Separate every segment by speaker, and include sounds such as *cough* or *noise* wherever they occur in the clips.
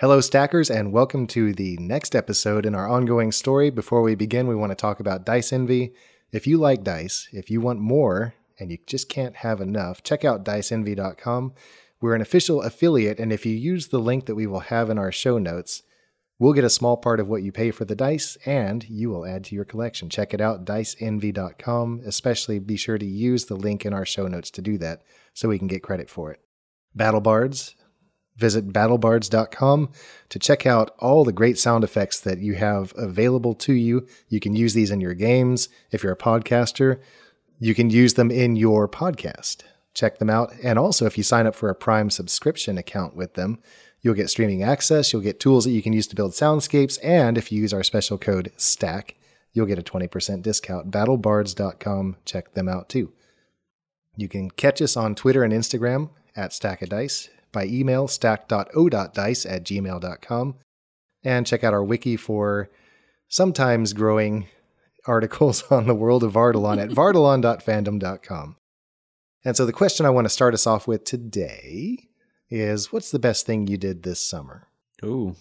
Speaker 1: Hello, Stackers, and welcome to the next episode in our ongoing story. Before we begin, we want to talk about Dice Envy. If you like dice, if you want more, and you just can't have enough, check out diceenvy.com. We're an official affiliate, and if you use the link that we will have in our show notes, we'll get a small part of what you pay for the dice and you will add to your collection. Check it out, diceenvy.com. Especially be sure to use the link in our show notes to do that so we can get credit for it. BattleBards, visit battlebards.com to check out all the great sound effects that you have available to you. You can use these in your games. If you're a podcaster, you can use them in your podcast. Check them out. And also, if you sign up for a Prime subscription account with them, you'll get streaming access, you'll get tools that you can use to build soundscapes, and if you use our special code STACK, you'll get a 20% discount. Battlebards.com, check them out too. You can catch us on Twitter and Instagram at Stack of Dice, by email stack.o.dice at gmail.com, and check out our wiki for sometimes growing *laughs* articles on the world of Vardalon
Speaker 2: *laughs*
Speaker 1: at vardalon.fandom.com. And so the question I want to start us off with today is what's the best thing you did this summer?
Speaker 2: Ooh.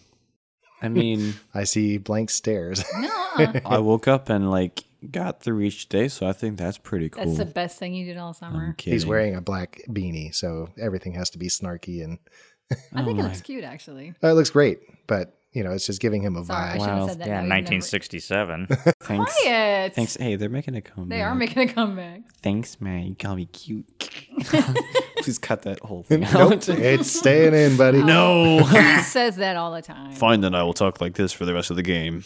Speaker 2: I mean,
Speaker 1: I see blank stares. *laughs*
Speaker 3: No,
Speaker 2: *laughs* I woke up and like got through each day, so I think that's pretty cool.
Speaker 3: that's the best thing you did all
Speaker 2: I'm
Speaker 3: summer.
Speaker 2: kidding.
Speaker 1: He's wearing a black beanie, so everything has to be snarky and
Speaker 3: I think
Speaker 2: Oh
Speaker 3: it
Speaker 2: my-
Speaker 3: looks cute, actually.
Speaker 1: oh, it looks great, but you know, it's just giving him a
Speaker 3: Sorry, I
Speaker 1: vibe.
Speaker 3: shouldn't
Speaker 2: Wow.
Speaker 3: have said that.
Speaker 4: Yeah,
Speaker 3: Now you've
Speaker 4: nineteen
Speaker 3: never-
Speaker 4: sixty-seven.
Speaker 2: Thanks.
Speaker 3: Quiet.
Speaker 2: Thanks. Hey, they're making a comeback.
Speaker 3: They are making a comeback.
Speaker 2: Thanks, man. You call me cute.
Speaker 3: *laughs*
Speaker 2: *laughs* Please cut that whole *laughs* thing
Speaker 1: *laughs* Nope,
Speaker 2: out.
Speaker 1: it's staying in, buddy.
Speaker 2: *laughs* no.
Speaker 3: He says that all the time.
Speaker 2: Fine, then I will talk like this for the rest of the game.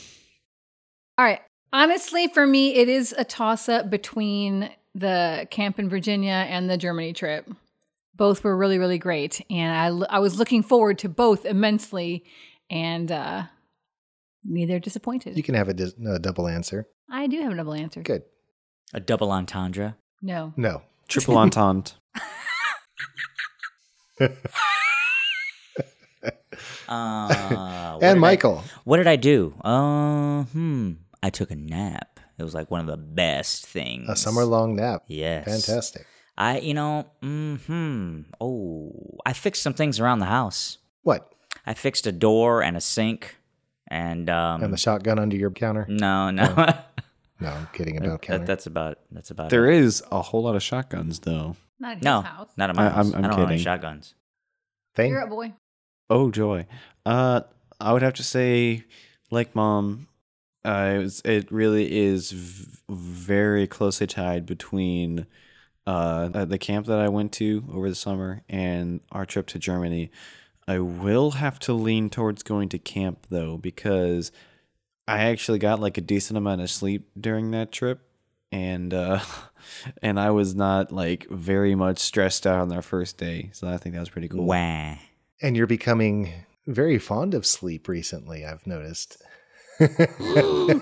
Speaker 3: All right. Honestly, for me, it is a toss up between the camp in Virginia and the Germany trip. Both were really, really great. And I, l- I was looking forward to both immensely. And uh, neither disappointed.
Speaker 1: You can have a, dis- a double answer.
Speaker 3: I do have a double answer.
Speaker 1: Good.
Speaker 4: *laughs* A double entendre.
Speaker 3: No.
Speaker 1: No.
Speaker 2: Triple *laughs* entente.
Speaker 4: Uh, what did I-
Speaker 1: and Michael.
Speaker 4: what did I do? Uh, hmm. I took a nap. It was like one of the best things.
Speaker 1: A summer long nap.
Speaker 4: Yes.
Speaker 1: Fantastic.
Speaker 4: I, you know, hmm. Oh, I fixed some things around the house.
Speaker 1: What?
Speaker 4: I fixed a door and a sink, and um.
Speaker 1: and the shotgun under your counter?
Speaker 4: no, *laughs* no.
Speaker 1: No, I'm kidding about
Speaker 4: that,
Speaker 1: counter.
Speaker 4: that's about. That's about.
Speaker 2: There
Speaker 4: it.
Speaker 2: is a whole lot of shotguns, though.
Speaker 3: Not his
Speaker 4: no,
Speaker 3: house.
Speaker 4: not at
Speaker 2: I-
Speaker 4: my
Speaker 2: I'm-
Speaker 4: house.
Speaker 2: I'm
Speaker 4: I don't own
Speaker 2: kidding.
Speaker 4: shotguns.
Speaker 1: Thing?
Speaker 3: You're a boy.
Speaker 2: Oh joy. Uh I would have to say like mom uh, it's, it really is v- very closely tied between uh, uh, the camp that I went to over the summer and our trip to Germany. I will have to lean towards going to camp though because I actually got like a decent amount of sleep during that trip and uh *laughs* and I was not like very much stressed out on our first day. So I think that was pretty cool.
Speaker 4: Wah.
Speaker 1: And you're becoming very fond of sleep recently, I've
Speaker 4: *gasps*
Speaker 1: noticed. Thane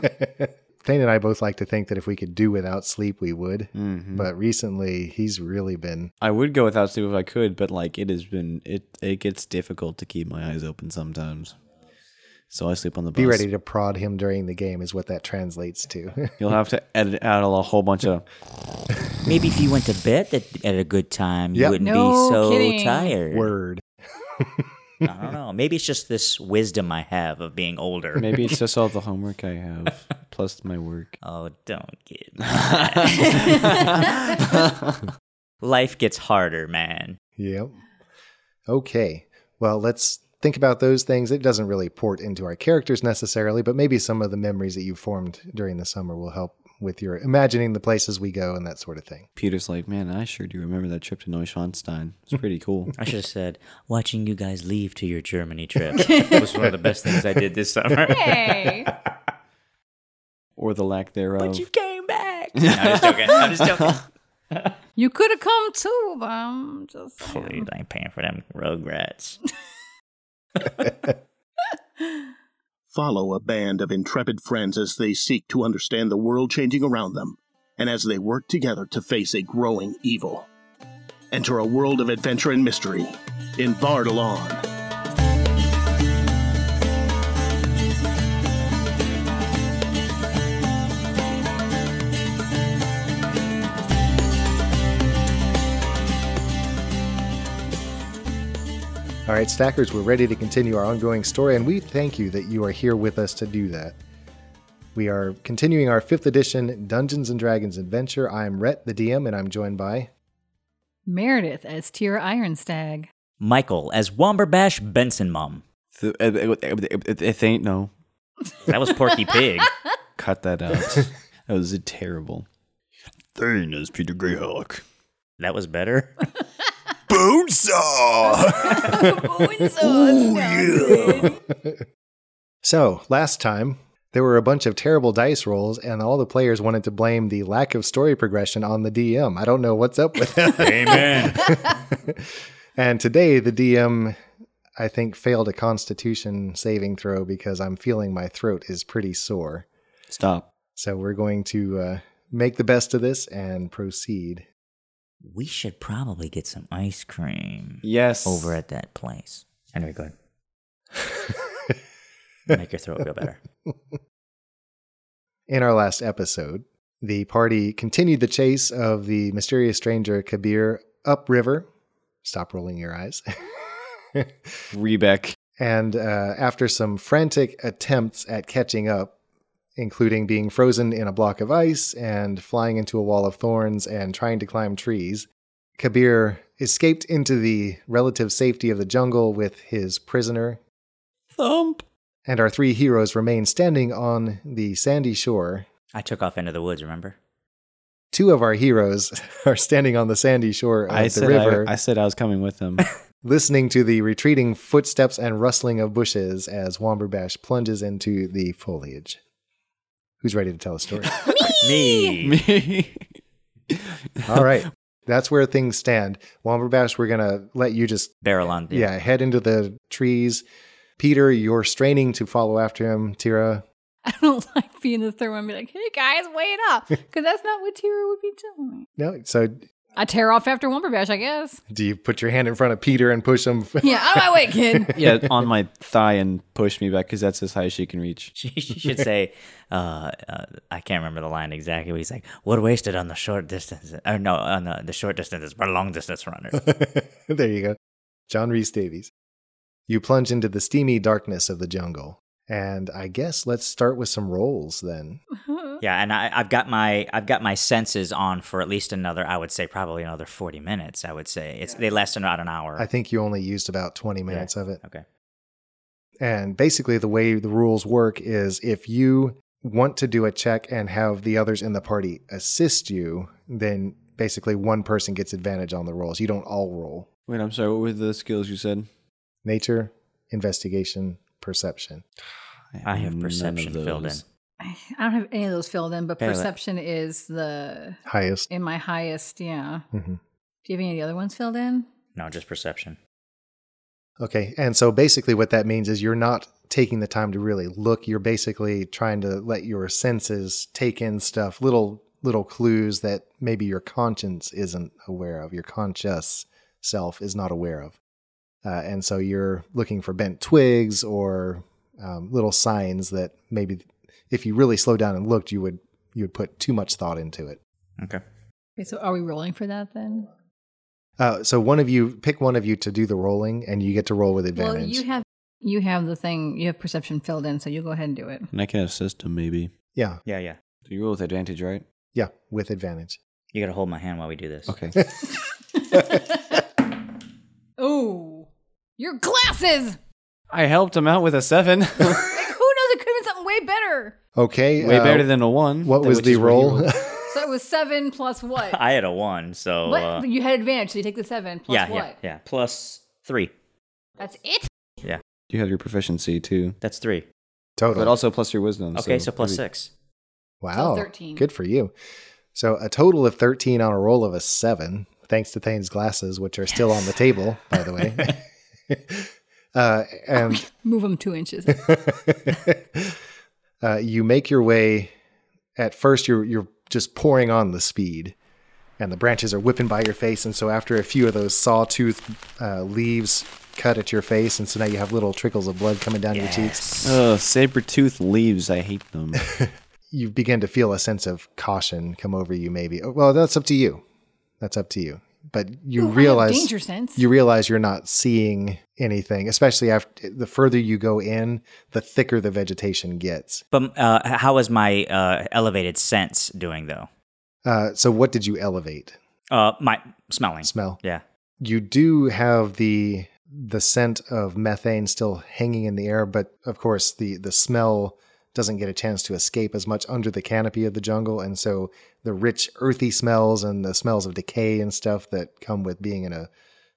Speaker 1: and I both like to think that if we could do without sleep, we would.
Speaker 4: Mm-hmm.
Speaker 2: Mhm.
Speaker 1: But recently, he's really been.
Speaker 2: I would go without sleep if I could, but like it has been it it gets difficult to keep my eyes open sometimes. So I sleep on the bus.
Speaker 1: Be ready to prod him during the game, is what that translates to. *laughs*
Speaker 2: You'll have to edit out a whole bunch of
Speaker 4: Maybe if you went to bed at, at a good time, you
Speaker 1: Yep.
Speaker 4: wouldn't
Speaker 3: No
Speaker 4: be so
Speaker 3: kidding.
Speaker 4: tired.
Speaker 1: Word.
Speaker 4: I don't know. Maybe it's just this wisdom I have of being older.
Speaker 2: maybe it's just all the homework I
Speaker 4: *laughs*
Speaker 2: have plus my work.
Speaker 4: Oh, don't get. *laughs* me. Life gets harder, man.
Speaker 1: Yep. Okay. Well, let's think about those things. It doesn't really port into our characters necessarily, but maybe some of the memories that you formed during the summer will help with your imagining the places we go and that sort of thing.
Speaker 2: Peter's like, man, I sure do remember that trip to Neuschwanstein. It's pretty
Speaker 4: *laughs*
Speaker 2: cool.
Speaker 4: I should have said, watching you guys leave to your
Speaker 3: *laughs*
Speaker 4: Germany trip was one of the best things I did this summer. *laughs*
Speaker 3: Hey.
Speaker 2: or the lack thereof.
Speaker 4: But you came back. No, I'm just joking. I'm just joking.
Speaker 3: you could have come too, but I'm just. saying.
Speaker 4: *laughs* Please, I ain't paying for them rugrats.
Speaker 5: Follow a band of intrepid friends as they seek to understand the world changing around them and as they work together to face a growing evil. Enter a world of adventure and mystery in Vardalon.
Speaker 1: All right, right, Stackers, we're ready to continue our ongoing story, and we thank you that you are here with us to do that. We are continuing our 5th edition Dungeons and Dragons adventure. I am Rhett, the DM, and I'm joined by.
Speaker 3: Meredith as Tira *laughs* Ironstag.
Speaker 4: Michael as Womberbash Benson Mom.
Speaker 2: Th- eh, eh, eh, eh, eh, It ain't no.
Speaker 4: That was Porky
Speaker 3: *laughs*
Speaker 4: Pig.
Speaker 2: Cut that
Speaker 4: *laughs*
Speaker 2: out. that was terrible. Thane is Peter Greyhawk.
Speaker 4: That was better.
Speaker 2: Bonesaw!
Speaker 3: Oh,
Speaker 1: So, last time, there were a bunch of terrible dice rolls, and all the players wanted to blame the lack of story progression on the DM. I don't know what's up with that.
Speaker 4: Amen.
Speaker 1: *laughs* And today, the DM, I think, failed a constitution saving throw because I'm feeling my throat is pretty sore.
Speaker 2: Stop.
Speaker 1: So we're going to uh, make the best of this and proceed.
Speaker 4: we should probably get some ice cream
Speaker 2: Yes.
Speaker 4: over at that place. Anyway, go ahead. Make your throat feel better.
Speaker 1: In our last episode, the party continued the chase of the mysterious stranger Kabir upriver. Stop rolling your eyes. *laughs*
Speaker 2: Rebeck.
Speaker 1: and uh, after some frantic attempts at catching up, including being frozen in a block of ice and flying into a wall of thorns and trying to climb trees, Kabir escaped into the relative safety of the jungle with his prisoner,
Speaker 2: Thump.
Speaker 1: and our three heroes remain standing on the sandy shore.
Speaker 4: I took off into the woods, remember?
Speaker 1: Two of our heroes *laughs* are standing on the sandy shore of
Speaker 2: I
Speaker 1: the
Speaker 2: said
Speaker 1: river,
Speaker 2: I, I said I was coming with them.
Speaker 1: listening to the retreating footsteps and rustling of bushes as Womberbash plunges into the foliage. Who's ready to tell a story?
Speaker 4: *laughs* Me.
Speaker 2: Me.
Speaker 1: All right. That's where things stand. Womberbash, we're going to let you just,
Speaker 4: Barrel on.
Speaker 1: yeah, head into the trees. Peter, you're straining to follow after him. Tira,
Speaker 3: *laughs* I don't like being the third one and be like, hey guys, wait up. Because that's not what Tira would be doing.
Speaker 1: no. So
Speaker 3: I tear off after Wumberbash, I guess.
Speaker 1: do you put your hand in front of Peter and push him?
Speaker 3: *laughs*
Speaker 1: *laughs*
Speaker 3: Yeah, out of my way, *laughs* kid.
Speaker 2: *laughs* yeah, on my thigh and push me back because that's as high as she can reach.
Speaker 4: *laughs* She, she should say, uh, uh, I can't remember the line exactly, but he's like, "What wasted on the short distance? Or no, on the, the short distances, but long
Speaker 1: *laughs*
Speaker 4: distance runner."
Speaker 1: there you go. John Reese Davies. You plunge into the steamy darkness of the jungle. And I guess let's start with some rolls then.
Speaker 4: yeah, and I, I've got my I've got my senses on for at least another. I would say probably another forty minutes. I would say it's they last about an hour.
Speaker 1: I think you only used about 20
Speaker 4: Yeah.
Speaker 1: minutes of it.
Speaker 4: Okay.
Speaker 1: And basically, the way the rules work is if you want to do a check and have the others in the party assist you, then basically one person gets advantage on the rolls. You don't all roll.
Speaker 2: Wait, I'm sorry. What were the skills you said?
Speaker 1: Nature, investigation, perception.
Speaker 4: I have
Speaker 2: none of
Speaker 4: perception filled in.
Speaker 2: those.
Speaker 3: I don't have any of those filled in, but
Speaker 2: Barely.
Speaker 3: perception is the
Speaker 1: Highest.
Speaker 3: in my highest, yeah.
Speaker 1: Mhm.
Speaker 3: Do you have any of the other ones filled in?
Speaker 4: No, just perception.
Speaker 1: Okay. And so basically, what that means is you're not taking the time to really look. You're basically trying to let your senses take in stuff, little little clues that maybe your conscience isn't aware of, your conscious self is not aware of. Uh, and so you're looking for bent twigs or um, little signs that maybe if you really slowed down and looked, you would you would put too much thought into it.
Speaker 4: Okay.
Speaker 3: Okay, so are we rolling for that then?
Speaker 1: Uh, so one of you pick one of you to do the rolling, and you get to roll with advantage.
Speaker 3: Well, you have you have the thing you have perception filled in, so you go ahead and do it.
Speaker 2: And I can assist him, maybe.
Speaker 1: yeah,
Speaker 4: Yeah, yeah.
Speaker 2: Do you roll with advantage, right?
Speaker 1: yeah, with advantage.
Speaker 4: You gotta hold my hand while we do this.
Speaker 2: Okay.
Speaker 3: Oh, your glasses!
Speaker 2: *laughs* I helped him out with a
Speaker 4: *laughs*
Speaker 2: seven.
Speaker 3: Like, who knows? It could have been something way better.
Speaker 1: Okay.
Speaker 2: Way
Speaker 1: uh,
Speaker 2: better than a one.
Speaker 1: what
Speaker 2: th-
Speaker 1: was
Speaker 2: which
Speaker 1: the
Speaker 2: is what he
Speaker 1: roll?
Speaker 2: rolled.
Speaker 3: So it was seven plus what?
Speaker 4: *laughs* *laughs* I had a one, so
Speaker 3: But
Speaker 4: uh,
Speaker 3: you had advantage, so you take the seven plus
Speaker 4: yeah,
Speaker 3: what?
Speaker 4: yeah, yeah. Plus three.
Speaker 3: That's it.
Speaker 2: you have your proficiency too,
Speaker 4: That's three.
Speaker 1: *laughs* total.
Speaker 2: but also plus your wisdom.
Speaker 4: Okay, so, plus
Speaker 2: that'd
Speaker 4: six.
Speaker 1: wow.
Speaker 3: So 13.
Speaker 1: Good for you. So a total of 13 on a roll of a seven, thanks to Thane's glasses, which are still on the table, by the way. *laughs* uh, and
Speaker 3: Move them two
Speaker 4: *laughs*
Speaker 3: inches.
Speaker 1: *laughs* uh, you make your way. At first, you're you're just pouring on the speed, and the branches are whipping by your face. And so, after a few of those sawtooth uh, leaves cut at your face, and so now you have little trickles of blood coming down your cheeks.
Speaker 2: be- Ugh, saber-tooth Oh, leaves. I hate
Speaker 4: *laughs*
Speaker 2: them.
Speaker 1: you begin to feel a sense of caution come over you maybe Oh, well that's up to you that's up to you but you
Speaker 3: Ooh, I have
Speaker 1: realize
Speaker 3: danger sense.
Speaker 1: you realize you're not seeing anything, especially after the further you go in, the thicker the vegetation gets.
Speaker 4: But uh, h- how is my uh, elevated sense doing though?
Speaker 1: Uh, so, what did you elevate?
Speaker 4: Uh, my smelling.
Speaker 1: Smell.
Speaker 4: Yeah.
Speaker 1: You do have the the scent of methane still hanging in the air, but of course the the smell doesn't get a chance to escape as much under the canopy of the jungle, and so the rich earthy smells and the smells of decay and stuff that come with being in a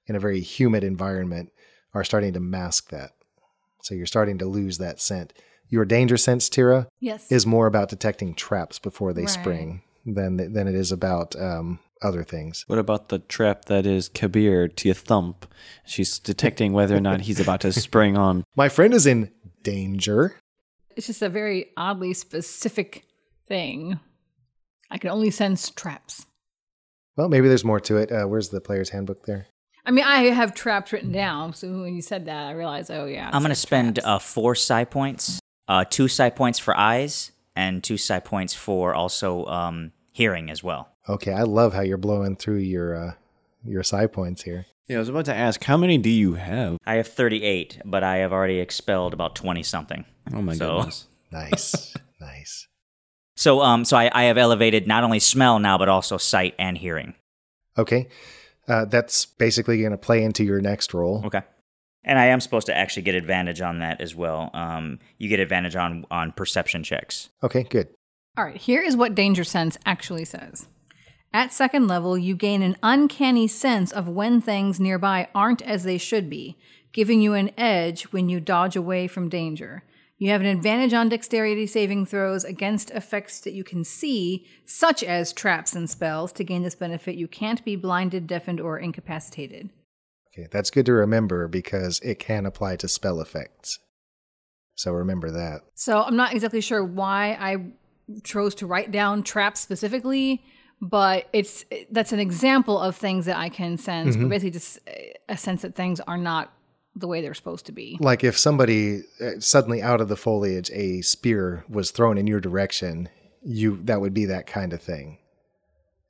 Speaker 1: in a very humid environment are starting to mask that. So you're starting to lose that scent. Your danger sense, Tira,
Speaker 3: Yes.
Speaker 1: is more about detecting traps before they
Speaker 3: Right.
Speaker 1: spring than than it is about um, other things.
Speaker 2: What about the trap that is Kabir to your thump? She's detecting whether or not he's
Speaker 1: *laughs*
Speaker 2: about to spring on.
Speaker 1: My friend is in danger.
Speaker 3: it's just a very oddly specific thing. I can only sense traps.
Speaker 1: Well, maybe there's more to it. Uh, where's the player's handbook there?
Speaker 3: I mean, I have traps written down. So when you said that, I realized, oh yeah,
Speaker 4: I'm gonna
Speaker 3: it's
Speaker 4: spend
Speaker 3: traps.
Speaker 4: uh, four psi points, uh, two psi points for eyes, and two psi points for also um, hearing as well.
Speaker 1: Okay, I love how you're blowing through your uh, your side points here.
Speaker 2: Yeah, I was about to ask, how many do you have?
Speaker 4: I have 38, but I have already expelled about 20 something.
Speaker 2: Oh my
Speaker 4: So-
Speaker 2: goodness.
Speaker 1: Nice, nice.
Speaker 4: So um, so I, I have elevated not only smell now, but also sight and hearing.
Speaker 1: Okay, uh, that's basically going to play into your next roll.
Speaker 4: Okay. And I am supposed to actually get advantage on that as well. Um, you get advantage on on perception checks.
Speaker 1: Okay, good.
Speaker 3: All right, here is what danger sense actually says. At second level, you gain an uncanny sense of when things nearby aren't as they should be, giving you an edge when you dodge away from danger. You have an advantage on dexterity saving throws against effects that you can see, such as traps and spells. To gain this benefit, you can't be blinded, deafened, or incapacitated.
Speaker 1: Okay, that's good to remember because it can apply to spell effects. So remember that.
Speaker 3: So I'm not exactly sure why I chose to write down traps specifically, but it's that's an example of things that I can sense, but basically just uh, a sense that things are not the way they're supposed to be.
Speaker 1: Like if somebody uh, suddenly out of the foliage a spear was thrown in your direction, you that would be that kind of thing.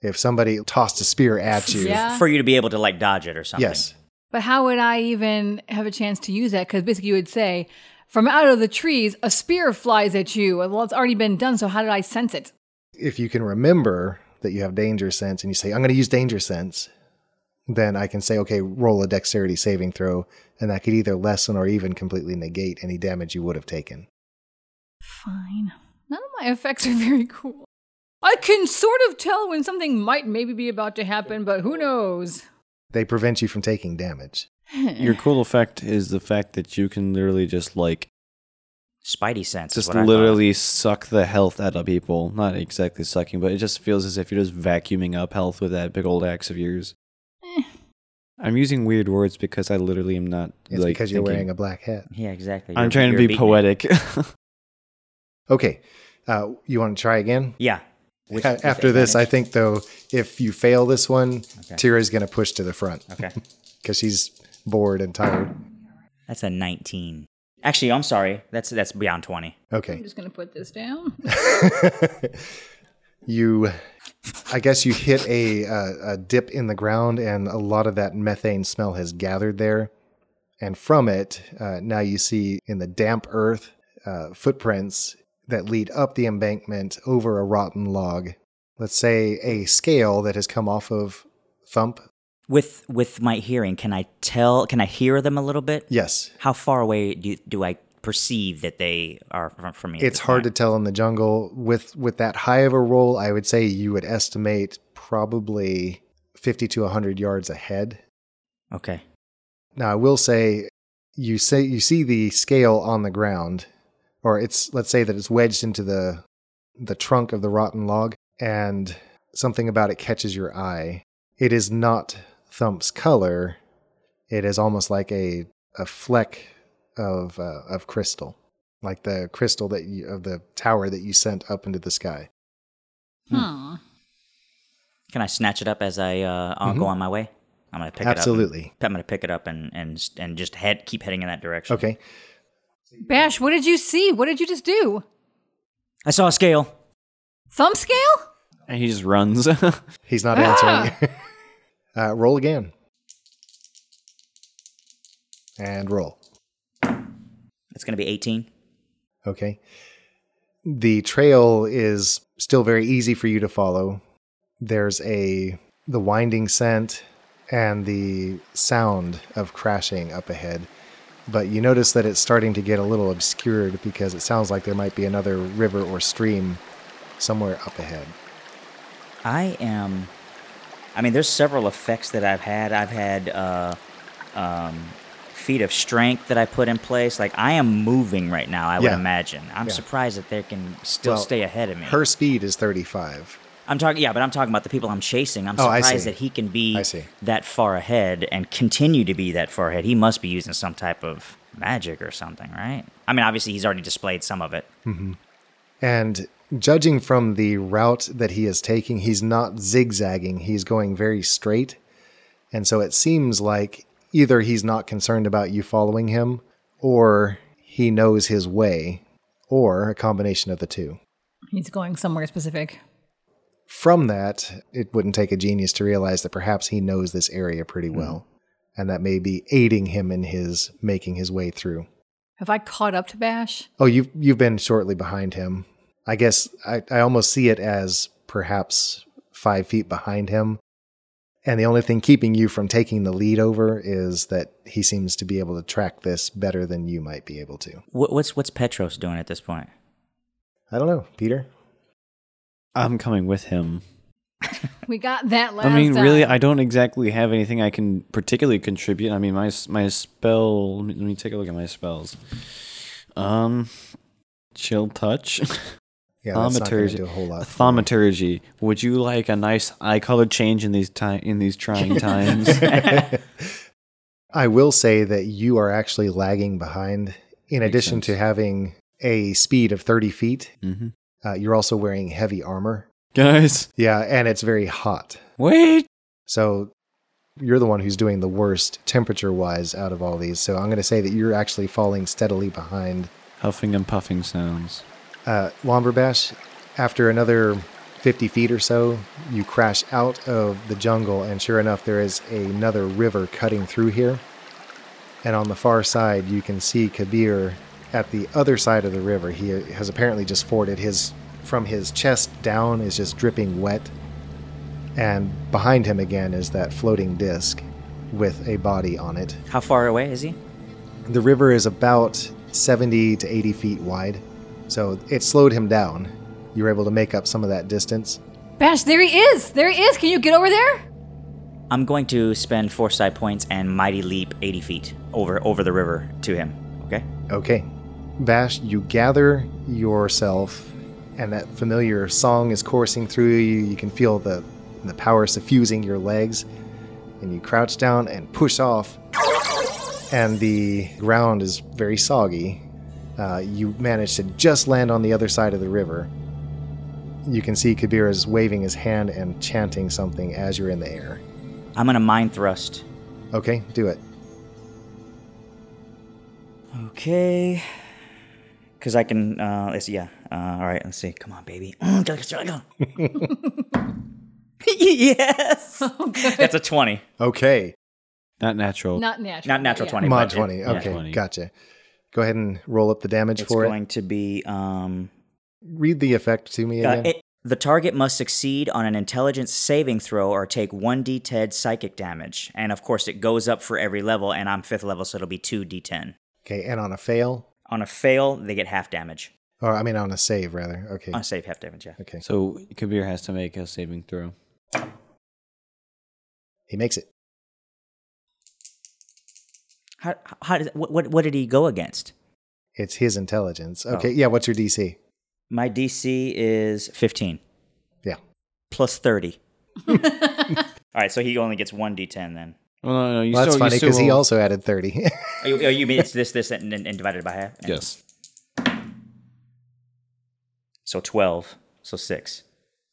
Speaker 1: If somebody tossed a spear at you,
Speaker 3: Yeah.
Speaker 4: For you to be able to like dodge it or something.
Speaker 1: yes,
Speaker 3: But how would I even have a chance to use that? Because basically you would say, from out of the trees, a spear flies at you. Well, it's already been done, so how did I sense it?
Speaker 1: if you can remember that you have danger sense and you say, I'm going to use danger sense, then I can say, okay, roll a dexterity saving throw. And that could either lessen or even completely negate any damage you would have taken.
Speaker 3: Fine. None of my effects are *laughs* very cool. I can sort of tell when something might maybe be about to happen, but who knows?
Speaker 1: They prevent you from taking damage.
Speaker 2: Your cool effect is the fact that you can literally just like
Speaker 4: Spidey sense. is
Speaker 2: just
Speaker 4: what I thought.
Speaker 2: literally suck the health out of people. Not exactly sucking, but it just feels as if you're just vacuuming up health with that big old axe of yours.
Speaker 1: Eh.
Speaker 2: I'm using weird words because I literally am not
Speaker 1: It's
Speaker 2: like
Speaker 1: because you're
Speaker 2: thinking.
Speaker 1: wearing a black hat.
Speaker 4: Yeah, exactly.
Speaker 2: I'm
Speaker 4: You're-
Speaker 2: trying to
Speaker 4: you're
Speaker 2: be
Speaker 4: beating
Speaker 2: poetic.
Speaker 4: it.
Speaker 2: *laughs*
Speaker 1: Okay. Uh, you want to try again?
Speaker 4: Yeah. With-
Speaker 1: A-
Speaker 4: with
Speaker 1: After this, I think,
Speaker 4: advantage.
Speaker 1: though, if you fail this one,
Speaker 4: Okay.
Speaker 1: Tira's going to push to the front
Speaker 4: Okay.
Speaker 1: because she's bored and tired.
Speaker 4: That's a 19. Actually, I'm sorry. That's that's beyond 20.
Speaker 1: Okay.
Speaker 3: I'm just gonna put this *laughs* down.
Speaker 1: *laughs* you i guess you hit a, a, a dip in the ground and a lot of that methane smell has gathered there and from it uh, now you see in the damp earth uh, footprints that lead up the embankment over a rotten log let's say a scale that has come off of thump
Speaker 4: With with my hearing, can I tell? Can I hear them a little bit?
Speaker 1: yes
Speaker 4: How far away do do I perceive that they are from, from me? at
Speaker 1: it's
Speaker 4: this
Speaker 1: hard to
Speaker 4: point?
Speaker 1: tell in the jungle with with that high of a roll i would say you would estimate probably 50 to 100 yards ahead
Speaker 4: Okay.
Speaker 1: Now I will say you say you see the scale on the ground or it's let's say that it's wedged into the the trunk of the rotten log and something about it catches your eye. It is not Thump's color. It is almost like a a fleck of uh, of crystal, like the crystal that you, of the tower that you sent up into the sky.
Speaker 3: Hmm.
Speaker 4: Can I snatch it up as I uh, I'll go on my way? I'm gonna pick
Speaker 1: Mm-hmm. Absolutely.
Speaker 4: it up. and- I'm gonna pick it up and and and just head keep heading in that direction.
Speaker 1: Okay.
Speaker 3: Bash, what did you see? What did you just do?
Speaker 4: I saw a scale.
Speaker 3: Thumb scale?
Speaker 2: and he just runs. *laughs*
Speaker 1: He's not answering. *laughs* Uh, roll again. And roll.
Speaker 4: It's going to be 18.
Speaker 1: Okay. The trail is still very easy for you to follow. There's a the winding scent and the sound of crashing up ahead. But you notice that it's starting to get a little obscured because it sounds like there might be another river or stream somewhere up ahead.
Speaker 4: I am. I mean, there's several effects that I've had. I've had uh, um, feet of strength that I put in place. Like I am moving right now. I would
Speaker 1: Yeah.
Speaker 4: imagine. I'm
Speaker 1: Yeah.
Speaker 4: surprised that they can still
Speaker 1: Well,
Speaker 4: stay ahead of me.
Speaker 1: Her speed is 35.
Speaker 4: I'm talking. Yeah, but I'm talking about the people I'm chasing. I'm
Speaker 1: Oh, I
Speaker 4: surprised
Speaker 1: see.
Speaker 4: that he can be
Speaker 1: I see.
Speaker 4: that far ahead and continue to be that far ahead. He must be using some type of magic or something, right? I mean, obviously he's already displayed some of it.
Speaker 1: Hmm. And judging from the route that he is taking, he's not zigzagging, he's going very straight. And so it seems like either he's not concerned about you following him, or he knows his way, or a combination of the two.
Speaker 3: He's going somewhere specific.
Speaker 1: From that, it wouldn't take a genius to realize that perhaps he knows this area pretty well, and that may be aiding him in his making his way through.
Speaker 3: Have I caught up to Bash?
Speaker 1: Oh, you've you've been shortly behind him. I guess I, I almost see it as perhaps five feet behind him. And the only thing keeping you from taking the lead over is that he seems to be able to track this better than you might be able to.
Speaker 4: What, what's what's Petros doing at this point? *laughs*
Speaker 1: I don't know, Peter.
Speaker 2: I'm coming with him.
Speaker 3: We got that last
Speaker 2: I mean, really,
Speaker 3: time.
Speaker 2: I don't exactly have anything I can particularly contribute. I mean, my s- my spell. Let me, let me take a look at my spells. Um,
Speaker 1: *laughs*
Speaker 2: chill touch, *laughs*
Speaker 1: Yeah, that's not going to
Speaker 2: Thaumaturgy.
Speaker 1: do a whole lot. *laughs* for me.
Speaker 2: thaumaturgy. Would you like a nice eye color change in these time in these *laughs* trying times?
Speaker 1: I will say that you are actually lagging behind. In addition to
Speaker 2: sense.
Speaker 1: having a speed of 30 feet,
Speaker 2: hmm
Speaker 1: uh, you're also wearing heavy armor.
Speaker 2: Guys,
Speaker 1: Yeah, and it's very hot.
Speaker 2: wait.
Speaker 1: So you're the one who's doing the worst temperature wise out of all these. So I'm going to say that you're actually falling steadily behind
Speaker 2: Huffing and puffing sounds.
Speaker 1: uh, Lomberbash. After another 50 feet or so, you crash out of the jungle, and sure enough, there is another river cutting through here. And on the far side, you can see Kabir at the other side of the river. He has apparently just forded his from his chest down is just dripping wet. And behind him again is that floating disc with a body on it.
Speaker 4: How far away is he?
Speaker 1: The river is about 70 to 80 feet wide, so it slowed him down. You were able to make up some of that distance.
Speaker 3: Bash, there he is. There he is. Can you get over there?
Speaker 4: I'm going to spend foresight points and mighty leap 80 feet over over the river to him. Okay.
Speaker 1: Okay. Bash, you gather yourself, and that familiar song is coursing through you. You can feel the, the power suffusing your legs, and you crouch down and push off. And the ground is very soggy. Uh, you manage to just land on the other side of the river. You can see Kabir is waving his hand and chanting something as you're in the air.
Speaker 4: I'm gonna mind thrust.
Speaker 1: Okay, do it.
Speaker 4: Okay. Cause I can. Uh, let's yeah. Uh, all right. Let's see. Come on, baby. *clears throat* Mm, go, go, go. *laughs* yes. That's a twenty.
Speaker 1: Okay,
Speaker 2: Not natural.
Speaker 3: Not natural.
Speaker 4: Not natural
Speaker 3: yeah.
Speaker 4: 20.
Speaker 1: mod
Speaker 4: budget.
Speaker 1: 20.
Speaker 4: Yeah.
Speaker 1: Okay,
Speaker 2: 20.
Speaker 1: gotcha. Go ahead and roll up the damage
Speaker 4: It's
Speaker 1: for it.
Speaker 4: going to be. Um,
Speaker 1: read the effect to me
Speaker 4: uh,
Speaker 1: again.
Speaker 4: it- the target must succeed on an intelligence saving throw or take 1d10 psychic damage. And of course, it goes up for every level, and I'm fifth level, so it'll be 2d10.
Speaker 1: okay, and on a fail,
Speaker 4: On a fail, they get half damage.
Speaker 1: or I mean on a save rather. Okay,
Speaker 4: On a save, half damage, yeah.
Speaker 1: okay,
Speaker 2: So Kabir has to make a saving throw.
Speaker 1: he makes it.
Speaker 4: How, how does, what, what, what did he go against?
Speaker 1: It's his intelligence. Okay,
Speaker 4: Oh.
Speaker 1: yeah. What's your DC?
Speaker 4: My DC is 15,
Speaker 1: Yeah,
Speaker 4: plus 30. All right, so he only gets 1d10 then.
Speaker 2: Well, no, no, you
Speaker 1: well, that's
Speaker 2: still, you
Speaker 1: funny
Speaker 2: still
Speaker 1: because he
Speaker 2: roll-
Speaker 1: also added thirty. *laughs*
Speaker 4: Oh, you, oh, you mean it's this, this, and, and and divided by half?
Speaker 2: yes.
Speaker 4: So 12, so 6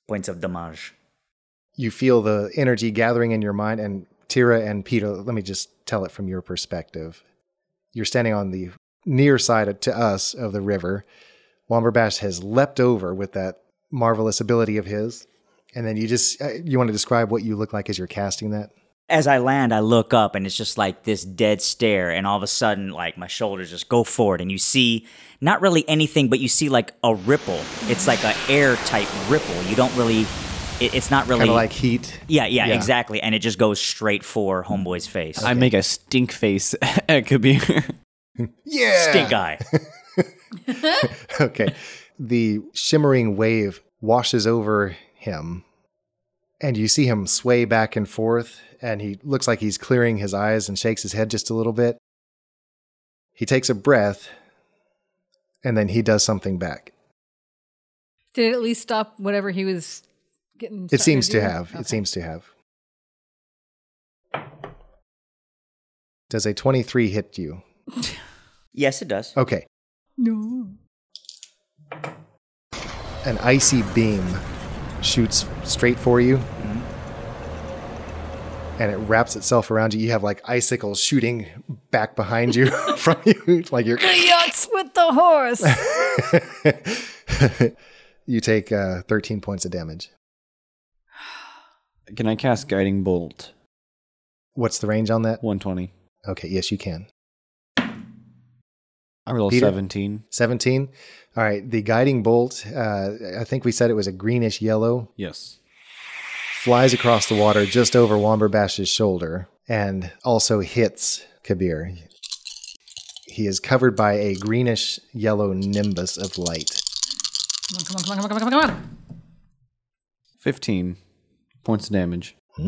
Speaker 4: points of damage.
Speaker 1: you feel the energy gathering in your mind, and Tira and Peter. Let me just tell it from your perspective. You're standing on the near side of- to us of the river. Womberbash has leapt over with that marvelous ability of his, and then you just uh, you want to describe what you look like as you're casting that.
Speaker 4: as I land, I look up and it's just like this dead stare. And all of a sudden, like my shoulders just go forward. And you see not really anything, but you see like a ripple. It's like a air type ripple. You don't really, it, it's not really.
Speaker 1: Kind of like heat.
Speaker 4: yeah, yeah, exactly. And it just goes straight for Homeboy's face.
Speaker 2: I make a stink face *laughs* at Kabir.
Speaker 1: Yeah. *laughs*
Speaker 4: Stink eye. *laughs*
Speaker 1: okay. The shimmering wave washes over him, and you see him sway back and forth, and he looks like he's clearing his eyes and shakes his head just a little bit. He takes a breath, and then he does something back.
Speaker 3: Did it at least stop whatever he was getting?
Speaker 1: It seems
Speaker 3: started
Speaker 1: to have.
Speaker 3: Okay.
Speaker 1: It seems to have. Does a 23 hit you?
Speaker 4: yes, it does.
Speaker 1: Okay.
Speaker 3: No.
Speaker 1: An icy beam shoots straight for you. And it wraps itself around you. You have like icicles shooting back behind you *laughs* from you. Like you're. *laughs*
Speaker 3: The yachts with the horse.
Speaker 1: you take uh, 13 points of damage.
Speaker 2: Can I cast Guiding Bolt?
Speaker 1: What's the range on that?
Speaker 2: 120.
Speaker 1: Okay, yes, you can.
Speaker 2: I rolled
Speaker 1: Peter?
Speaker 2: 17.
Speaker 1: 17. All right, the guiding bolt, uh, I think we said it was a greenish yellow,
Speaker 2: Yes.
Speaker 1: flies across the water just over Womberbash's shoulder and also hits Kabir. He is covered by a greenish yellow nimbus of light.
Speaker 3: Come on, come on, come on, come on, come on, come on.
Speaker 2: 15 points of damage.
Speaker 3: All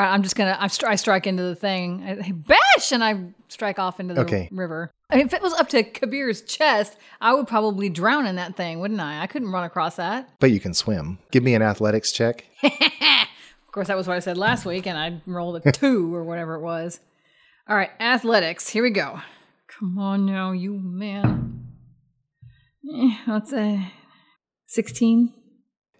Speaker 3: right, I'm just gonna. I, stri- I strike into the thing. I, I bash, and I strike off into the
Speaker 1: Okay.
Speaker 3: river. I mean, if it was up to Kabir's chest, I would probably drown in that thing, wouldn't I? I couldn't run across that. *laughs*
Speaker 1: But you can swim. Give me an athletics check.
Speaker 3: Of course, that was what I said last week, and I rolled a two or whatever it was. All right, athletics. Here we go. Come on now, you man. Eh, What's a sixteen?